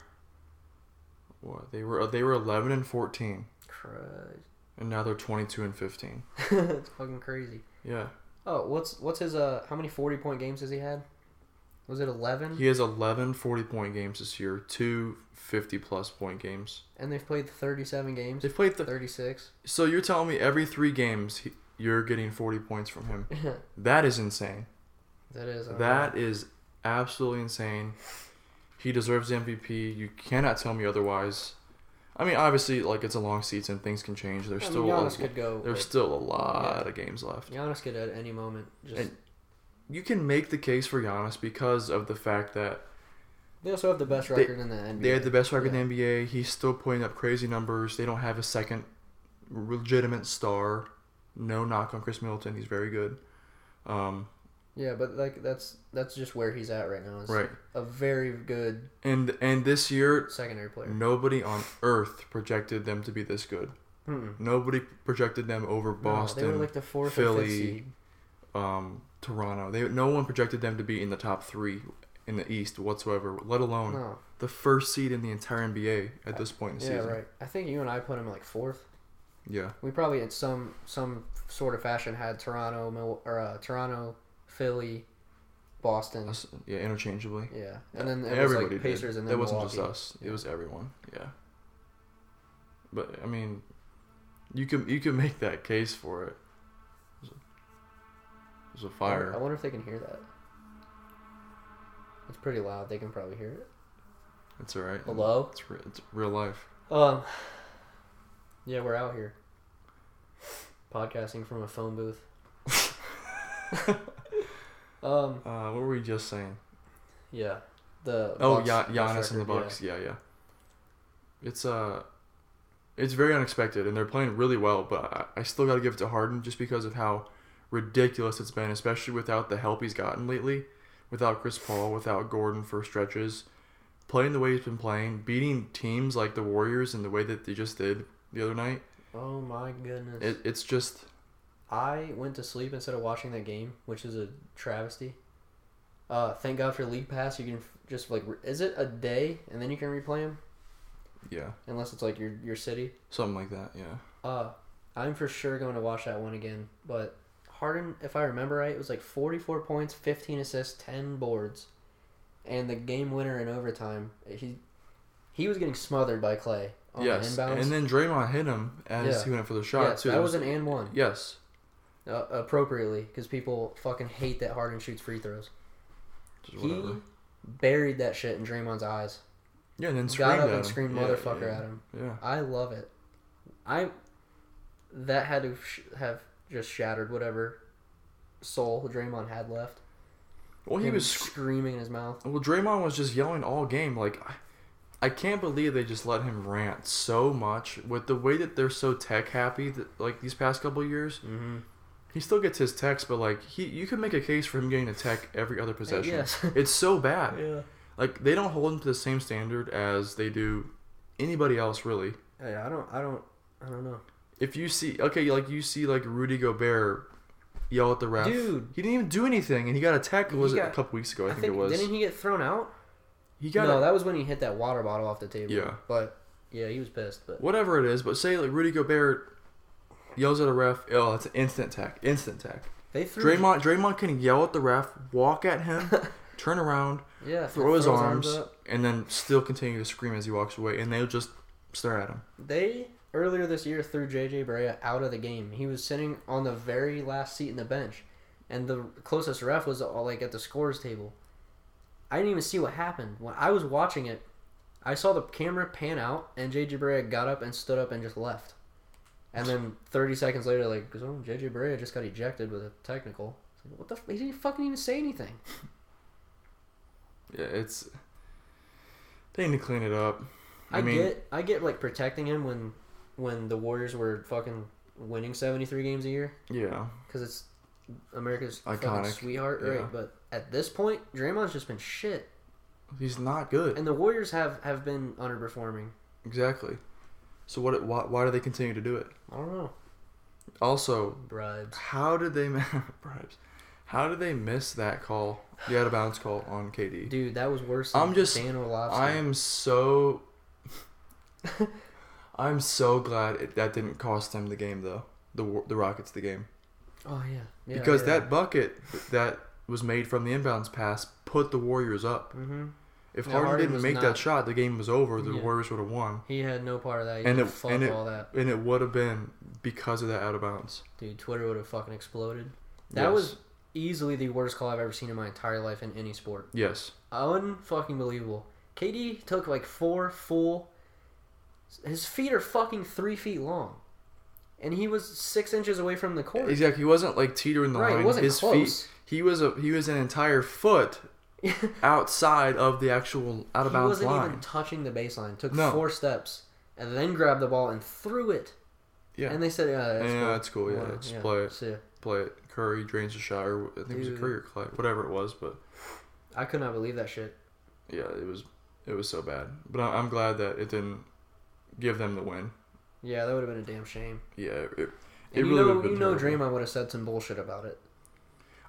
A: what? They were they were 11 and 14,
B: Christ.
A: and now they're 22 and 15.
B: it's fucking crazy.
A: Yeah.
B: Oh, what's what's his uh how many 40 point games has he had? Was it 11?
A: He has 11 40 point games this year, two 50 plus point games.
B: And they've played 37 games.
A: They've played the
B: 36.
A: So you're telling me every 3 games he, you're getting 40 points from him.
B: that
A: That is insane.
B: is uh, unreal.
A: That is absolutely insane. He deserves the MVP. You cannot tell me otherwise. I mean, obviously, like it's a long season, things can change. There's
B: I mean,
A: still a-
B: Giannis could go.
A: There's still a lot of games left.
B: Giannis could at any moment just
A: And- You can make the case for Giannis because of the fact that
B: They also have the best
A: They-
B: record in the NBA.
A: they had the best record in the NBA. He's still putting up crazy numbers. They don't have a second legitimate star. No knock on Chris Middleton. He's very good. Um,
B: Yeah, but like that's that's just where he's at right now. Is
A: right.
B: A very good
A: And and this year,
B: secondary player.
A: nobody on earth projected them to be this good.
B: Mm-mm.
A: Nobody projected them over
B: Hmm. No,
A: Boston,
B: they were like the fourth or
A: Philly,
B: fifth seed.
A: um, Toronto. They no one projected them to be in the top three in the East whatsoever, let alone
B: No.
A: the first seed in the entire NBA at this point in the
B: Yeah,
A: season.
B: right. I think you and I put him like fourth.
A: Yeah.
B: We probably in some some sort of fashion had Toronto, Mil- or uh, Toronto, Philly, Boston.
A: Us- yeah, interchangeably.
B: Yeah, and then it was
A: Everybody
B: like
A: did.
B: Pacers and
A: That
B: then
A: wasn't
B: Milwaukee.
A: just us. It
B: Yeah.
A: was everyone. Yeah. But I mean, you can you can make that case for it. There's a, there's a
B: I wonder- I
A: fire.
B: wonder if they can hear that. It's pretty loud. They can probably hear it.
A: It's all right.
B: Hello.
A: It's re- it's real life.
B: Um. Yeah, we're out here. Podcasting from a phone booth. um.
A: Uh, what were we just saying?
B: Yeah. The.
A: Oh,
B: Bucks-
A: yeah,
B: Bucks
A: Giannis and the
B: record,
A: Bucks. Yeah. yeah, It's uh, it's very unexpected, and they're playing really well. But I, I still got to give it to Harden just because of how ridiculous it's been, especially without the help he's gotten lately, without Chris Paul, without Gordon for stretches, playing the way he's been playing, beating teams like the Warriors in the way that they just did the other night.
B: Oh my goodness.
A: It, it's just
B: I went to sleep instead of watching that game, which is a travesty. Uh, thank God for League Pass. You can f- just like, re- is it a day and then you can replay them
A: yeah,
B: unless it's like your your city.
A: something like that. Yeah,
B: Uh, I'm for sure going to watch that one again. But Harden, if I remember right, it was like 44 points, 15 assists, 10 boards, and the game winner in overtime. He he was getting smothered by Clay on
A: yes.
B: the inbounds.
A: And then Draymond hit him as
B: Yeah.
A: he went for the shot
B: yeah,
A: too.
B: that was an and one.
A: yes.
B: uh, appropriately because people fucking hate that Harden shoots free throws.
A: Just
B: He
A: whatever.
B: buried that shit in Draymond's eyes.
A: Yeah, and then
B: Got
A: screamed
B: up
A: at
B: and
A: him.
B: screamed
A: Yeah,
B: motherfucker
A: yeah,
B: at him.
A: Yeah.
B: I love it. I that had to sh- have just shattered whatever soul Draymond had left.
A: Well, he
B: Him
A: was sc-
B: screaming in his mouth.
A: Well, Draymond was just yelling all game. Like, I, I can't believe they just let him rant so much with the way that they're so tech happy. That, like these past couple years,
B: Mm-hmm.
A: he still gets his techs, but like he, you can make a case for him getting a tech every other possession.
B: Uh, Yes.
A: It's so bad.
B: yeah.
A: Like they don't hold him to the same standard as they do anybody else, really.
B: Hey, I don't. I don't. I don't know.
A: If you see, okay, like you see, like Rudy Gobert yell at the ref.
B: Dude.
A: he didn't even do anything, and he got a tech.
B: He
A: Was it a
B: got-
A: couple weeks ago? I,
B: I
A: think,
B: think,
A: it was.
B: didn't he get thrown out?
A: he got
B: no,
A: a-
B: that was when he hit that water bottle off the table.
A: Yeah.
B: But yeah, he was pissed. But
A: whatever it is, but say like Rudy Gobert yells at a ref, oh, that's an instant tech, instant tech.
B: they threw
A: Draymond, Draymond can yell at the ref, walk at him, turn around,
B: Yeah.
A: throw his
B: throw
A: arms,
B: up.
A: and then still continue to scream as he walks away, and they'll just stare at him.
B: They earlier this year threw JJ Barea out of the game. He was sitting on the very last seat in the bench, and the closest ref was uh, like at the scores table. I didn't even see what happened when I was watching it. I saw the camera pan out, and JJ Barea got up and stood up and just left. And then 30 seconds later, like, oh, JJ Barea just got ejected with a technical. It's like, what the? F-? He didn't fucking even say anything.
A: Yeah, it's they need to clean it up.
B: I, get, I get like protecting him when, when the Warriors were fucking winning 73 games a year.
A: yeah,
B: because it's America's fucking
A: Iconic,
B: sweetheart,
A: yeah.
B: right? But at this point, Draymond's just been shit,
A: he's not good.
B: and the Warriors have have been underperforming.
A: Exactly. So what? Why, why do they continue to do it?
B: I don't know
A: Also,
B: bribes.
A: how did they bribes? How did they miss that call, the out of bounds call on KD?
B: Dude, that was worse. Than
A: I'm just-
B: Dan Orlovsky.
A: I am so. I'm so glad it, that didn't cost them the game though. The Wa- the Rockets the game
B: Oh yeah, yeah
A: because
B: yeah.
A: that bucket that was made from the inbounds pass put the Warriors up.
B: hmm
A: If
B: Yeah,
A: Harden,
B: Harden
A: didn't
B: was
A: make that
B: not-
A: shot, the game was over. The
B: Yeah.
A: Warriors would have won,
B: He had no part of that. He
A: And
B: and
A: it-
B: fuck
A: and it-
B: all that,
A: and it would have been because of that out of bounds.
B: dude. Twitter would have fucking exploded. That
A: Yes.
B: was easily the worst call I've ever seen in my entire life in any sport.
A: Yes,
B: Unfucking believable. KD took like four full. His feet are fucking three feet long, and he was six inches away from the court.
A: exactly. He wasn't like teetering the
B: Right, it
A: line.
B: wasn't
A: His
B: close.
A: feet. He was a he was an entire foot
B: he
A: outside of the actual out of bounds
B: wasn't
A: line.
B: even touching the baseline. Took
A: No.
B: four steps and then grabbed the ball and threw it.
A: Yeah.
B: And they said, "Yeah, that's
A: Yeah,
B: cool.
A: that's cool. Yeah,
B: Wow,
A: just play it.
B: See ya.
A: play it. Curry drains the shot, or I think it was
B: Dude.
A: a Curry or Clay, whatever it was. But
B: I could not believe that shit.
A: yeah, it was it was so bad. But I- I'm glad that it didn't give them the win.
B: Yeah, that would have been a damn shame.
A: Yeah. It, it
B: And you
A: really
B: know,
A: would've been
B: you know,
A: terrible.
B: Draymond would have said some bullshit about it.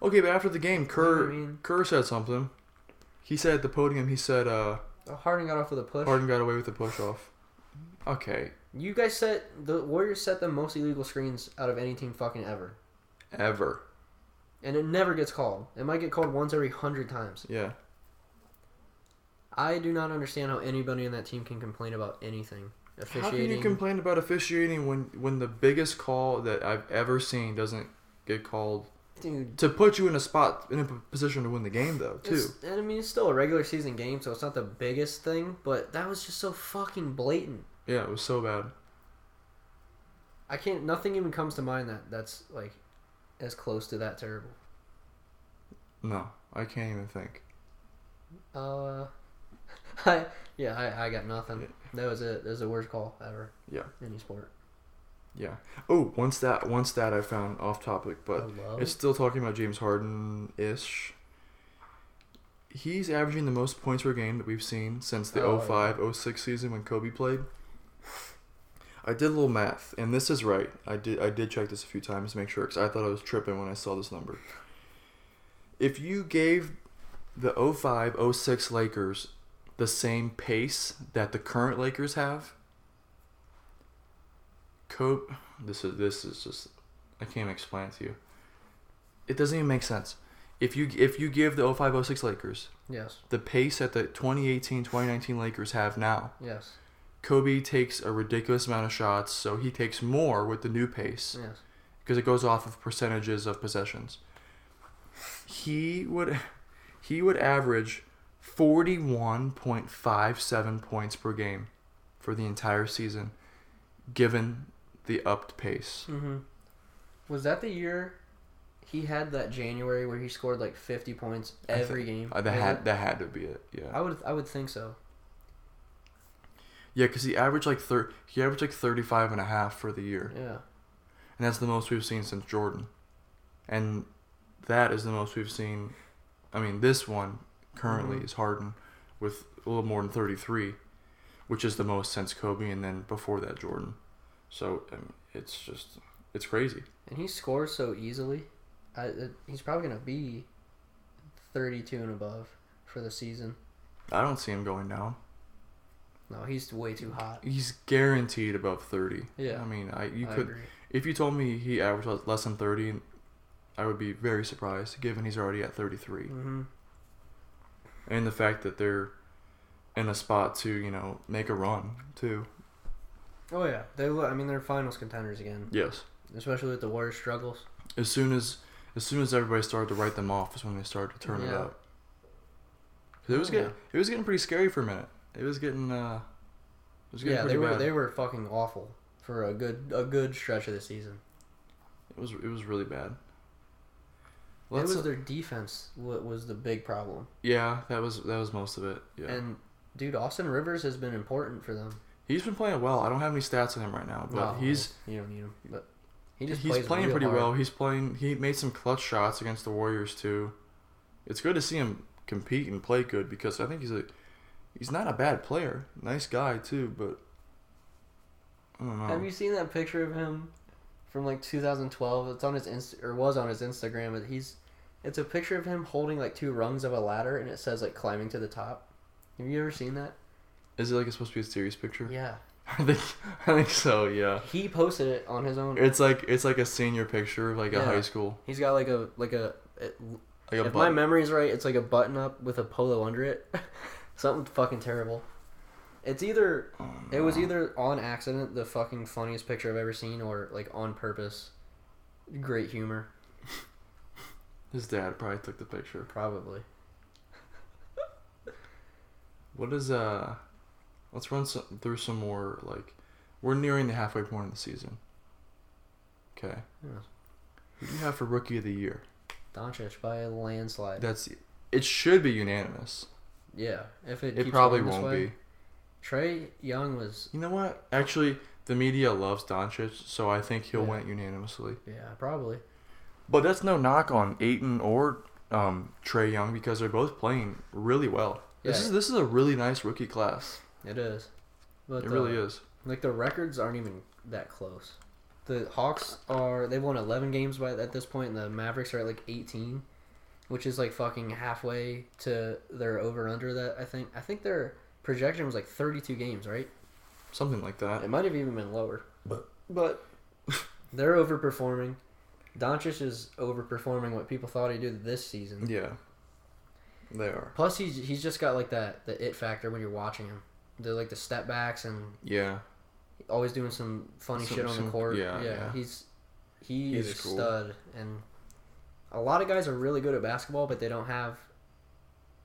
A: okay, but after the game, Kerr
B: I mean?
A: Kerr said something. He said at the podium. He said, uh,
B: Oh, Harden got off with a push.
A: "Harden got away with the push off." Okay,
B: You guys set the Warriors set the most illegal screens out of any team fucking ever,
A: ever.
B: and it never gets called. It might get called once every hundred times.
A: Yeah.
B: I do not understand how anybody on that team can complain about anything.
A: How can you
B: Officiating,
A: complain about officiating when when the biggest call that I've ever seen doesn't get called
B: dude.
A: to put you in a spot in a p- position to win the game though too?
B: it's- and I mean, it's still a regular season game, so it's not the biggest thing, but that was just so fucking blatant.
A: Yeah, it was so bad.
B: I can't. Nothing even comes to mind that that's like as close to that terrible.
A: No, I can't even think.
B: Uh, I yeah, I, I got nothing. That was it. That was the worst call ever.
A: Yeah.
B: Any sport.
A: Yeah. Oh, one stat, one stat I found off topic, but
B: Hello?
A: it's still talking about James Harden ish. He's averaging the most points per game that we've seen since the
B: Oh, yeah.
A: 05 06 season when Kobe played. I did a little math, and this is right. I did I did check this a few times to make sure because I thought I was tripping when I saw this number. If you gave the 05 06 Lakers the same pace that the current Lakers have, Kobe, this is this is just I can't explain it to you. It doesn't even make sense. If you if you give the 0506 Lakers
B: Yes.
A: the pace that the 2018-2019 Lakers have now,
B: Yes.
A: Kobe takes a ridiculous amount of shots, so he takes more with the new pace
B: Yes.
A: because it goes off of percentages of possessions. He would he would average 41.57 points per game for the entire season given the upped pace.
B: Mm-hmm. Was that the year he had that January where he scored like 50 points
A: I thi-
B: every game?
A: Uh, that
B: Was
A: had
B: it?
A: that had to be it. Yeah.
B: I would I would think so.
A: Yeah, cuz he averaged like thir- he averaged like 35 and a half for the year.
B: Yeah.
A: And that's the most we've seen since Jordan. And that is the most we've seen. I mean, this one currently
B: Mhm.
A: is Harden with a little more than 33, which is the most since Kobe and then before that Jordan. So I mean, it's just, it's crazy.
B: And he scores so easily. I, it, he's probably going to be 32 and above for the season.
A: I don't see him going down.
B: No, he's way too hot.
A: He's guaranteed above 30.
B: Yeah.
A: I mean, I you
B: I
A: could
B: agree.
A: if you told me he averaged less than 30, I would be very surprised given he's already at 33.
B: Mm-hmm.
A: and the fact that they're in a spot to you know make a run too.
B: Oh yeah, they. look- I mean, they're finals contenders again,
A: Yes.
B: especially with the Warriors' struggles.
A: As soon as as soon as everybody started to write them off is when they started to turn it
B: Yeah.
A: up. 'Cause it was
B: Yeah.
A: getting it was getting pretty scary for a minute. It was getting uh, it was getting
B: Yeah, they
A: pretty
B: were
A: bad.
B: they were fucking awful for a good a good stretch of the season.
A: It was it was really bad.
B: It
A: Let's,
B: was their defense what was the big problem.
A: yeah, that was that was most of it. Yeah,
B: And dude, Austin Rivers has been important for them.
A: he's been playing well. I don't have any stats on him right now, but
B: No,
A: he's
B: Oh, you don't need him, but he just
A: he's
B: plays
A: playing
B: real
A: pretty
B: hard.
A: well. He's playing. He made some clutch shots against the Warriors too. It's good to see him compete and play good because I think he's a he's not a bad player. Nice guy too, but I don't know.
B: Have you seen that picture of him from like 2012? It's on his Inst- or was on his Instagram. But he's it's a picture of him holding like two rungs of a ladder, and it says like climbing to the top. Have you ever seen that?
A: Is it like supposed to be a serious picture?
B: Yeah,
A: I think I think so. Yeah.
B: he posted it on his own.
A: It's like it's like a senior picture of like a
B: Yeah.
A: high school.
B: He's got like a like a. it-
A: Like a
B: if my
A: butt.
B: memory's right, it's like a button up with a polo under it. Something fucking terrible. It's either
A: Oh,
B: it was
A: no.
B: either on accident the fucking funniest picture I've ever seen, or like on purpose. Great humor,
A: his dad probably took the picture.
B: probably.
A: What is uh? Let's run some, through some more. Like, we're nearing the halfway point of the season. Okay.
B: Yeah.
A: Who do you have for rookie of the year?
B: Doncic by a landslide.
A: That's it. Should be unanimous.
B: yeah, if it,
A: It
B: keeps
A: probably
B: going this
A: won't
B: way.
A: be.
B: Trey Young was
A: You know what? Actually, the media loves Doncic, so I think he'll
B: Yeah.
A: win it unanimously.
B: yeah probably
A: But that's no knock on Aiton or um, Trey Young because they're both playing really well. This
B: Yeah.
A: is this is a really nice rookie class.
B: it is. But
A: it really
B: uh,
A: is.
B: Like the records aren't even that close. The Hawks are they've won eleven games by at this point, and the Mavericks are at like eighteen, which is like fucking halfway to their over under that I think I think their projection was like thirty two games, right?
A: Something like that.
B: It might have even been lower. But but they're overperforming. Doncic is overperforming what people thought he'd do this season.
A: Yeah. They are.
B: Plus he's he's just got like that the it factor when you're watching him. They're like the step backs and
A: Yeah.
B: always doing some funny
A: Some-
B: shit on
A: some-
B: the court.
A: yeah,
B: Yeah,
A: yeah.
B: he's he
A: He's
B: is a
A: cool.
B: stud, and a lot of guys are really good at basketball, but they don't have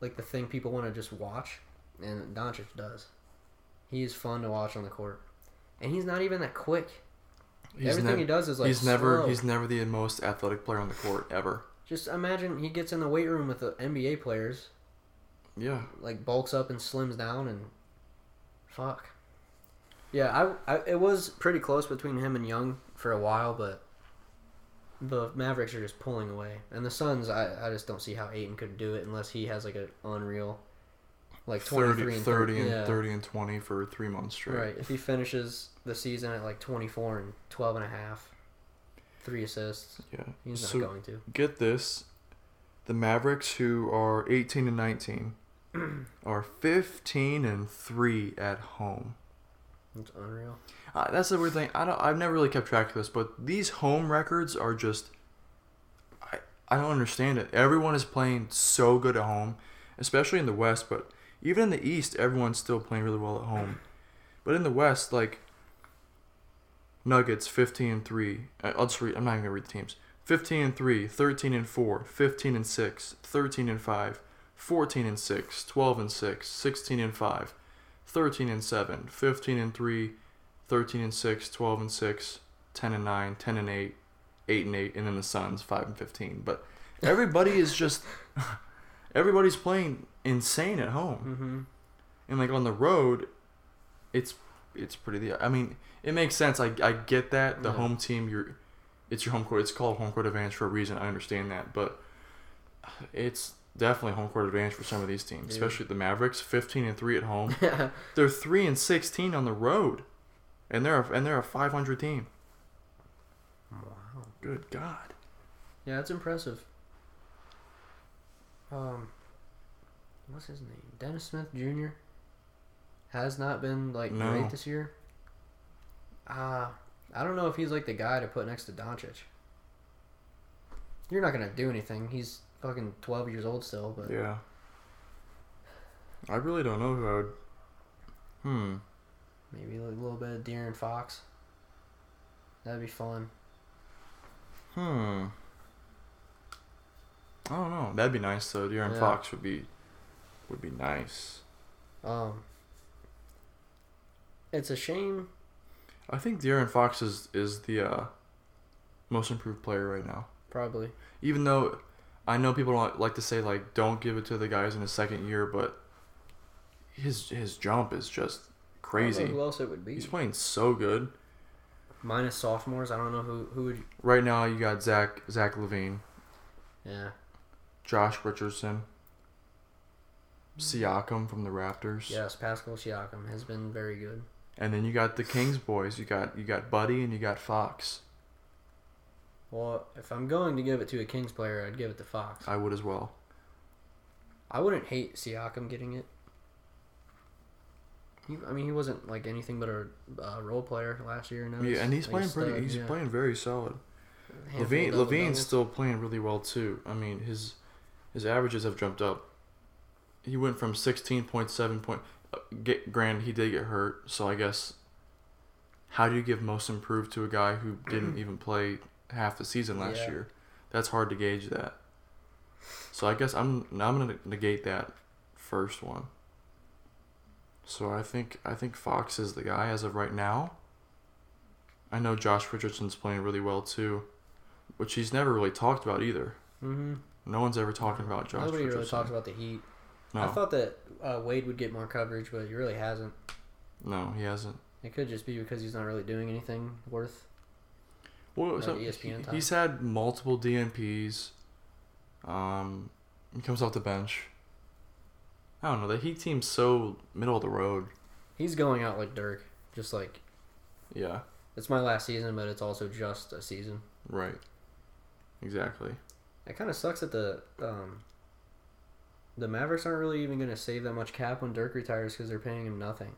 B: like the thing people want to just watch, and Doncic does. He is fun to watch on the court, and he's not even that quick.
A: He's
B: Everything
A: nev-
B: he does is like
A: he's never
B: slow.
A: he's never the most athletic player on the court ever.
B: Just imagine he gets in the weight room with the NBA players,
A: Yeah.
B: like bulks up and slims down, and fuck. Yeah, I, I it was pretty close between him and Young for a while, but the Mavericks are just pulling away, and the Suns. I, I just don't see how Aiton could do it unless he has like an unreal, like
A: 30,
B: twenty three and
A: 30 and
B: yeah.
A: 30 and 20 for three months straight.
B: Right. If he finishes the season at like 24 and 12 and a half, three assists,
A: Yeah.
B: he's
A: So-
B: not going to.
A: Get this. The Mavericks, who are 18 and 19, are 15 and 3 at home.
B: It's unreal.
A: Uh, that's the weird thing. I don't. I've never really kept track of this, but these home records are just. I I don't understand it. Everyone is playing so good at home, especially in the West, but even in the East, everyone's still playing really well at home. But in the West, like Nuggets 15 and 3. I- I'll just read I'm not even going to read the teams. 15 and 3, 13 and 4, 15 and 6, 13 and 5, 14 and 6, 12 and 6, 16 and 5, 13 and 7, 15 and 3, 13 and 6, 12 and 6, 10 and 9, 10 and 8, 8 and 8, and then the Suns 5 and 15. But everybody is just everybody's playing insane at home
B: Mm-hmm.
A: and like on the road, it's it's pretty. The I mean, it makes sense. I I get that the
B: Yeah.
A: home team, you're, it's your home court. It's called home court advantage for a reason. I understand that, but it's definitely home court advantage for some of these teams,
B: Dude.
A: especially the Mavericks. Fifteen and three at home.
B: Yeah.
A: They're three and sixteen on the road, and they're a, and they're a five hundred team.
B: Wow.
A: Good God.
B: Yeah, it's impressive. Um, what's his name? Dennis Smith Jr. has not been like
A: No.
B: great this year. Uh, I don't know if he's like the guy to put next to Doncic. You're not gonna do anything. He's fucking 12 years old still, but
A: Yeah. I really don't know who I would. Hmm.
B: Maybe a little bit of deer and fox. That'd be fun.
A: Hmm. I don't know. That'd be nice though. Deer and
B: Yeah.
A: Fox would be would be nice.
B: Um, it's a shame.
A: I think Deer and Fox is is the uh, most improved player right now.
B: Probably
A: Even though I know people don't like to say like don't give it to the guys in the second year, but his his jump is just
B: I
A: crazy.
B: don't know who else it would be?
A: He's playing so good.
B: Minus sophomores, I don't know who who would.
A: Right now you got Zach Zach Levine,
B: Yeah,
A: Josh Richardson, Siakam from the Raptors.
B: yes, Pascal Siakam has been very good.
A: And then you got the Kings boys. You got you got Buddy and you got Fox.
B: Well, if I'm going to give it to a Kings player, I'd give it to Fox.
A: I would as well.
B: I wouldn't hate Siakam getting it. He, I mean, he wasn't like anything but a, uh role player last year. No,
A: Yeah, and he's
B: like a
A: playing pretty.
B: stud,
A: he's
B: yeah.
A: playing very solid.
B: Handful of
A: Levine
B: double
A: Levine's
B: doubles.
A: still playing really well too. I mean his his averages have jumped up. He went from sixteen point seven point. uh, Get grand. He did get hurt, so I guess. How do you give most improved to a guy who didn't even play half the season last
B: Yeah.
A: year? That's hard to gauge that. So I guess I'm I'm gonna negate that first one. So I think I think Fox is the guy as of right now. I know Josh Richardson's playing really well too, which he's never really talked about either.
B: Mhm.
A: No one's ever talking about Josh
B: Nobody
A: Richardson.
B: really talks about the Heat.
A: no,
B: I thought that uh, Wade would get more coverage, but he really hasn't.
A: no, he hasn't.
B: It could just be because he's not really doing anything worth.
A: Well,
B: Not E
A: so
B: ESPN
A: he-
B: time.
A: he's had multiple DNPs. Um, he comes off the bench. I don't know. The Heat team's so middle of the road.
B: He's going out like Dirk, just like
A: Yeah,
B: it's my last season, but it's also just a season.
A: right. Exactly.
B: It kind of sucks that the um, the Mavericks aren't really even going to save that much cap when Dirk retires because they're paying him nothing.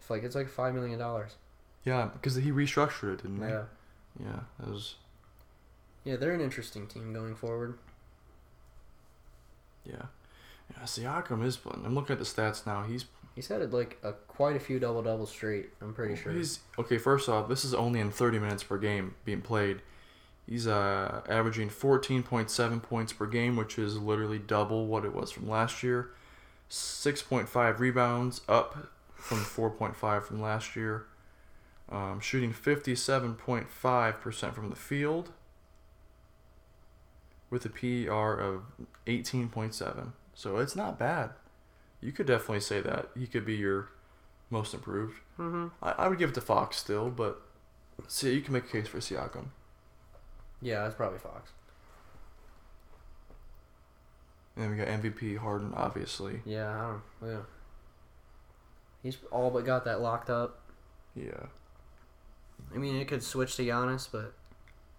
B: It's like it's like five million dollars.
A: Yeah, because he restructured it, didn't he?
B: Yeah,
A: Yeah, that was.
B: yeah, they're an interesting team going forward.
A: Yeah. Yeah, Siakam is playing. I'm looking at the stats now. He's
B: He's had like a quite a few double doubles straight. I'm pretty sure.
A: He's okay. First off, this is only in 30 minutes per game being played. He's uh, averaging 14.7 points per game, which is literally double what it was from last year. 6.5 rebounds, up from 4.5 from last year. Um, shooting 57.5% from the field, with a PER of 18.7. So it's not bad. You could definitely say that he could be your most improved.
B: Mm-hmm.
A: I, I would give it to Fox still, but see, you can make a case for Siakam.
B: Yeah, it's probably Fox.
A: And then we got MVP Harden, obviously.
B: Yeah, I don't. Yeah. He's all but got that locked up.
A: Yeah.
B: I mean, it could switch to Giannis, but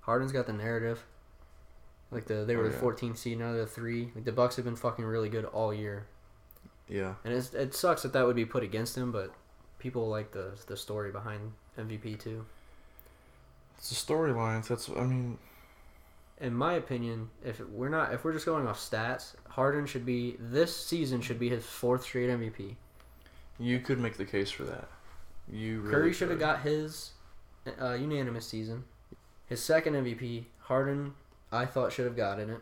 B: Harden's got the narrative. Like the they
A: Oh,
B: were the
A: yeah.
B: 14th seed, now they're the three. Like the Bucks have been fucking really good all year,
A: Yeah.
B: and it's, it sucks that that would be put against him. But people like the the story behind MVP too.
A: It's the storylines. That's I mean.
B: In my opinion, if we're not if we're just going off stats, Harden should be this season should be his fourth straight MVP.
A: You could make the case for that. You really
B: Curry should have
A: could.
B: got his uh, unanimous season. His second MVP, Harden, I thought should have gotten it.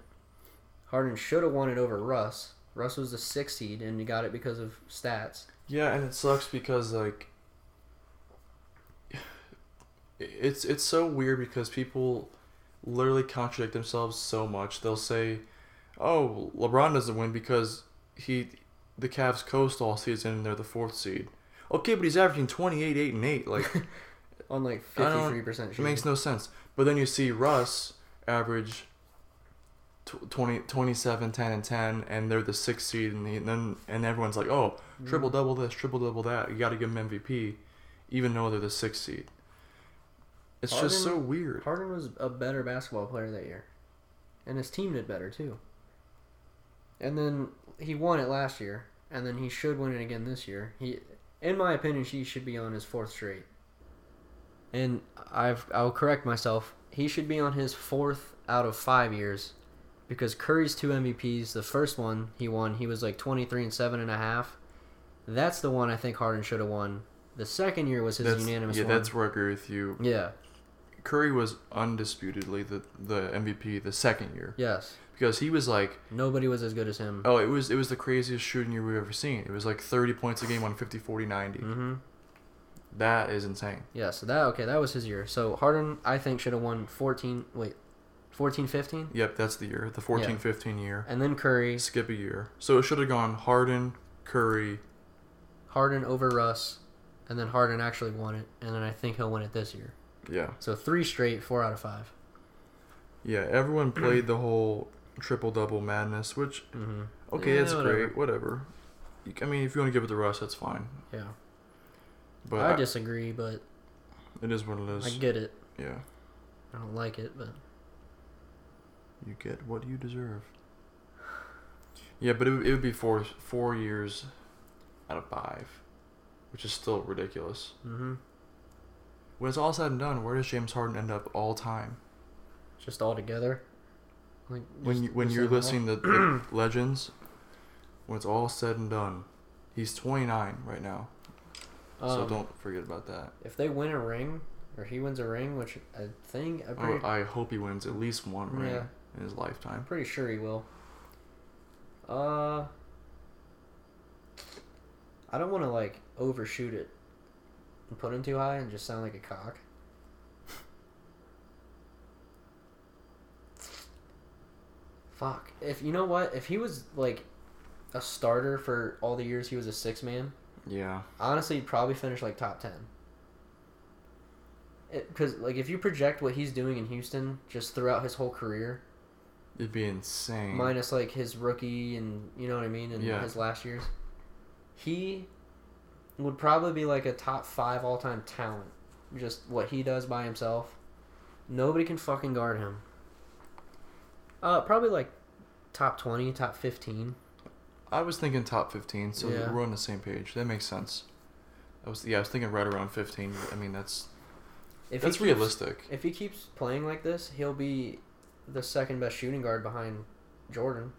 B: Harden should have won it over Russ. Russ was the sixth seed and he got it because of stats.
A: Yeah, and it sucks because like it's it's so weird because people literally contradict themselves so much. They'll say, "Oh, LeBron doesn't win because he the Cavs coast all season and they're the fourth seed." Okay, but he's averaging 28 8 and 8. Like
B: On like
A: I don't-
B: fifty three percent
A: it
B: shooting.
A: makes no sense. But then you see Russ average tw- 20, 27 10 and 10 and they're the sixth seed and, the, and then and everyone's like, "Oh,
B: Mm-hmm.
A: triple double this, triple double that. You got to give them MVP, even though they're the sixth seed. It's just so
B: Harden-
A: weird.
B: Harden was a better basketball player that year. And his team did better too. And then he won it last year, and then he should win it again this year. He in my opinion, he should be on his fourth straight. And I've I'll correct myself. He should be on his fourth out of five years because Curry's two MVPs, the first one he won, he was like twenty three and seven and a half. That's the one I think Harden should have won. The second year was his
A: That's,
B: unanimous
A: yeah,
B: one.
A: that's where I agree with you.
B: yeah.
A: Curry was undisputedly the the MVP the second year
B: Yes.
A: because he was like,
B: Nobody was as good as him.
A: oh, it was it was the craziest shooting year we've ever seen. It was like 30 points a game on 50, 40, 90.
B: Mm-hmm.
A: That is insane.
B: Yeah, so that okay, that was his year. So Harden, I think, should have won 14, wait, 14, 15,
A: Yep, that's the year, the 14,
B: Yeah.
A: 15 year.
B: and then Curry,
A: Skip a year, so it should have gone Harden, Curry.
B: Harden over Russ, and then Harden actually won it, and then I think he'll win it this year.
A: Yeah,
B: So three straight, four out of five.
A: yeah. Everyone played the whole triple double madness, which
B: Mm-hmm.
A: Okay,
B: Yeah,
A: that's
B: whatever.
A: great. Whatever. You- I mean, if you want to give it to Russ, that's fine.
B: Yeah,
A: But
B: I
A: I-
B: disagree, but
A: it is what it
B: I
A: is.
B: get it.
A: yeah,
B: I don't like it, but
A: you get what you deserve. Yeah, but it, would- it would be four four years out of five, which is still ridiculous.
B: mm-hmm.
A: When it's all said and done, where does James Harden end up all time?
B: just all together. Like
A: When
B: just-
A: you when
B: just
A: you're
B: overall.
A: listening to the legends, when it's all said and done, he's 29 right now. so
B: Um,
A: don't forget about that.
B: If they win a ring, or he wins a ring, which I think I'm pretty,
A: Oh, I hope he wins at least one ring
B: Yeah.
A: in his lifetime.
B: I'm pretty sure he will. Uh, I don't want to like overshoot it and put him too high and just sound like a cock. Fuck. If you know what, if he was like a starter for all the years he was a six man,
A: Yeah.
B: honestly, he'd probably finish like top ten. Because like if you project what he's doing in Houston just throughout his whole career,
A: It'd be insane.
B: minus like his rookie and you know what I mean, and
A: Yeah.
B: his last years. He would probably be like a top five all time talent. Just what he does by himself. Nobody can fucking guard him. Uh, probably like top twenty, top fifteen.
A: I was thinking top 15, so
B: Yeah.
A: we're on the same page. That makes sense. I was yeah, I was thinking right around 15. but, I mean, that's
B: If he
A: that's
B: keeps-
A: realistic.
B: If he keeps playing like this, he'll be the second best shooting guard behind Jordan,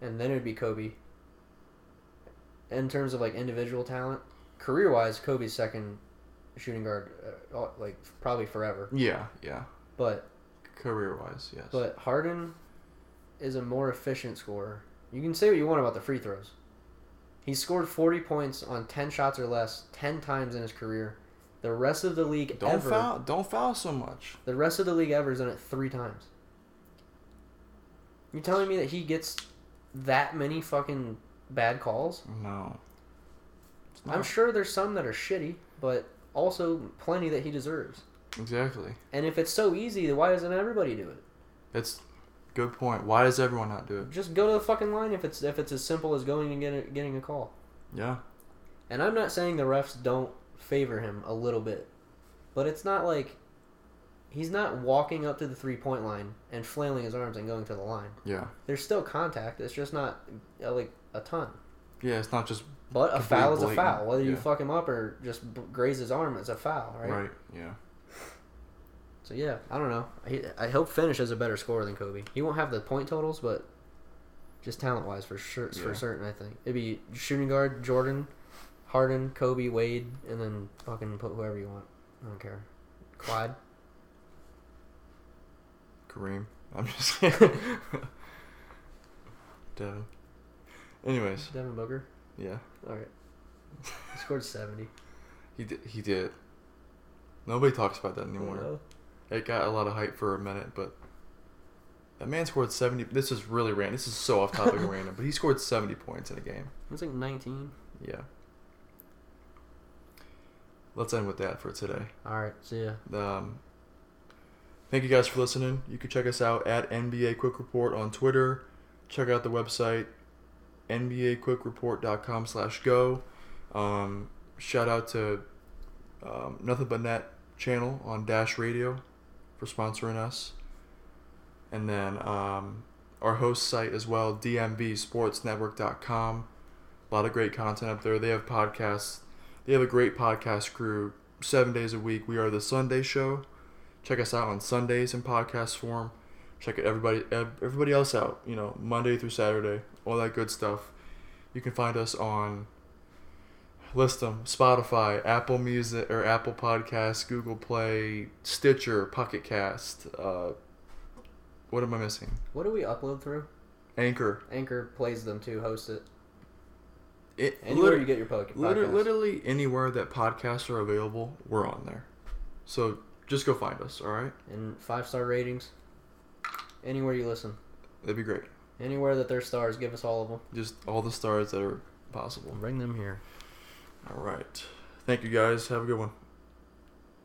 B: and then it'd be Kobe. In terms of like individual talent, career wise, Kobe's second shooting guard, uh, all- like probably forever.
A: Yeah, yeah.
B: But
A: Career-wise, yes.
B: but Harden is a more efficient scorer. You can say what you want about the free throws. He scored 40 points on 10 shots or less 10 times in his career. The rest of the league
A: don't
B: ever
A: foul. Don't foul so much.
B: the rest of the league ever has done it three times. You telling me that he gets that many fucking bad calls?
A: No. It's
B: I'm
A: not.
B: sure there's some that are shitty, but also plenty that he deserves.
A: Exactly.
B: And if it's so easy, then why doesn't everybody do it?
A: That's good point. Why does everyone not do it?
B: Just go to the fucking line if it's if it's as simple as going and getting getting a call.
A: Yeah.
B: And I'm not saying the refs don't favor him a little bit, but it's not like he's not walking up to the three point line and flailing his arms and going to the line.
A: Yeah.
B: There's still contact. It's just not uh, like a ton.
A: Yeah, it's not just
B: But a
A: Complete
B: foul is a
A: blatant,
B: foul. Whether you
A: yeah.
B: fuck him up or just b- graze his arm, it's a foul, right?
A: right. Yeah.
B: So yeah, I don't know. He, I hope Finish is a better scorer than Kobe. He won't have the point totals, but just talent wise, for sure,
A: Yeah.
B: for certain, I think it'd be shooting guard Jordan, Harden, Kobe, Wade, and then fucking put whoever you want. I don't care. Clyde.
A: Kareem. I'm just kidding. Devin. Anyways,
B: Devin Booker.
A: yeah.
B: All right. He scored seventy.
A: He did, he did. Nobody talks about that anymore.
B: Oh,
A: It got a lot of hype for a minute, but that man scored 70. This is really random. This is so off topic and random, but he scored 70 points in a game.
B: It's like nineteen.
A: Yeah. Let's end with that for today.
B: All right. See ya.
A: Um, thank you guys for listening. You can check us out at NBA Quick Report on Twitter. Check out the website, nbaquickreport.com slash go. Um, shout out to um, Nothing But Net channel on Dash Radio for sponsoring us. And then um, our host site as well, dmbsportsnetwork.com. A lot of great content up there. They have podcasts. They have a great podcast crew seven days a week. We are the Sunday Show. Check us out on Sundays in podcast form. Check everybody ev- everybody else out. You know, Monday through Saturday, all that good stuff. You can find us on list them Spotify, Apple Music or Apple Podcasts, Google Play, Stitcher, Pocket Cast. Uh, what am I missing?
B: What do we upload through?
A: Anchor.
B: Anchor plays them too. Hosts it.
A: It
B: Anywhere
A: lit-
B: you get your poke- podcast.
A: Liter- literally anywhere that podcasts are available, we're on there. So just go find us, all right?
B: And five star ratings. Anywhere you listen.
A: That'd be great.
B: Anywhere that there's stars, give us all of them.
A: Just all the stars that are possible.
B: Bring them here.
A: All right. Thank you guys. Have a good one.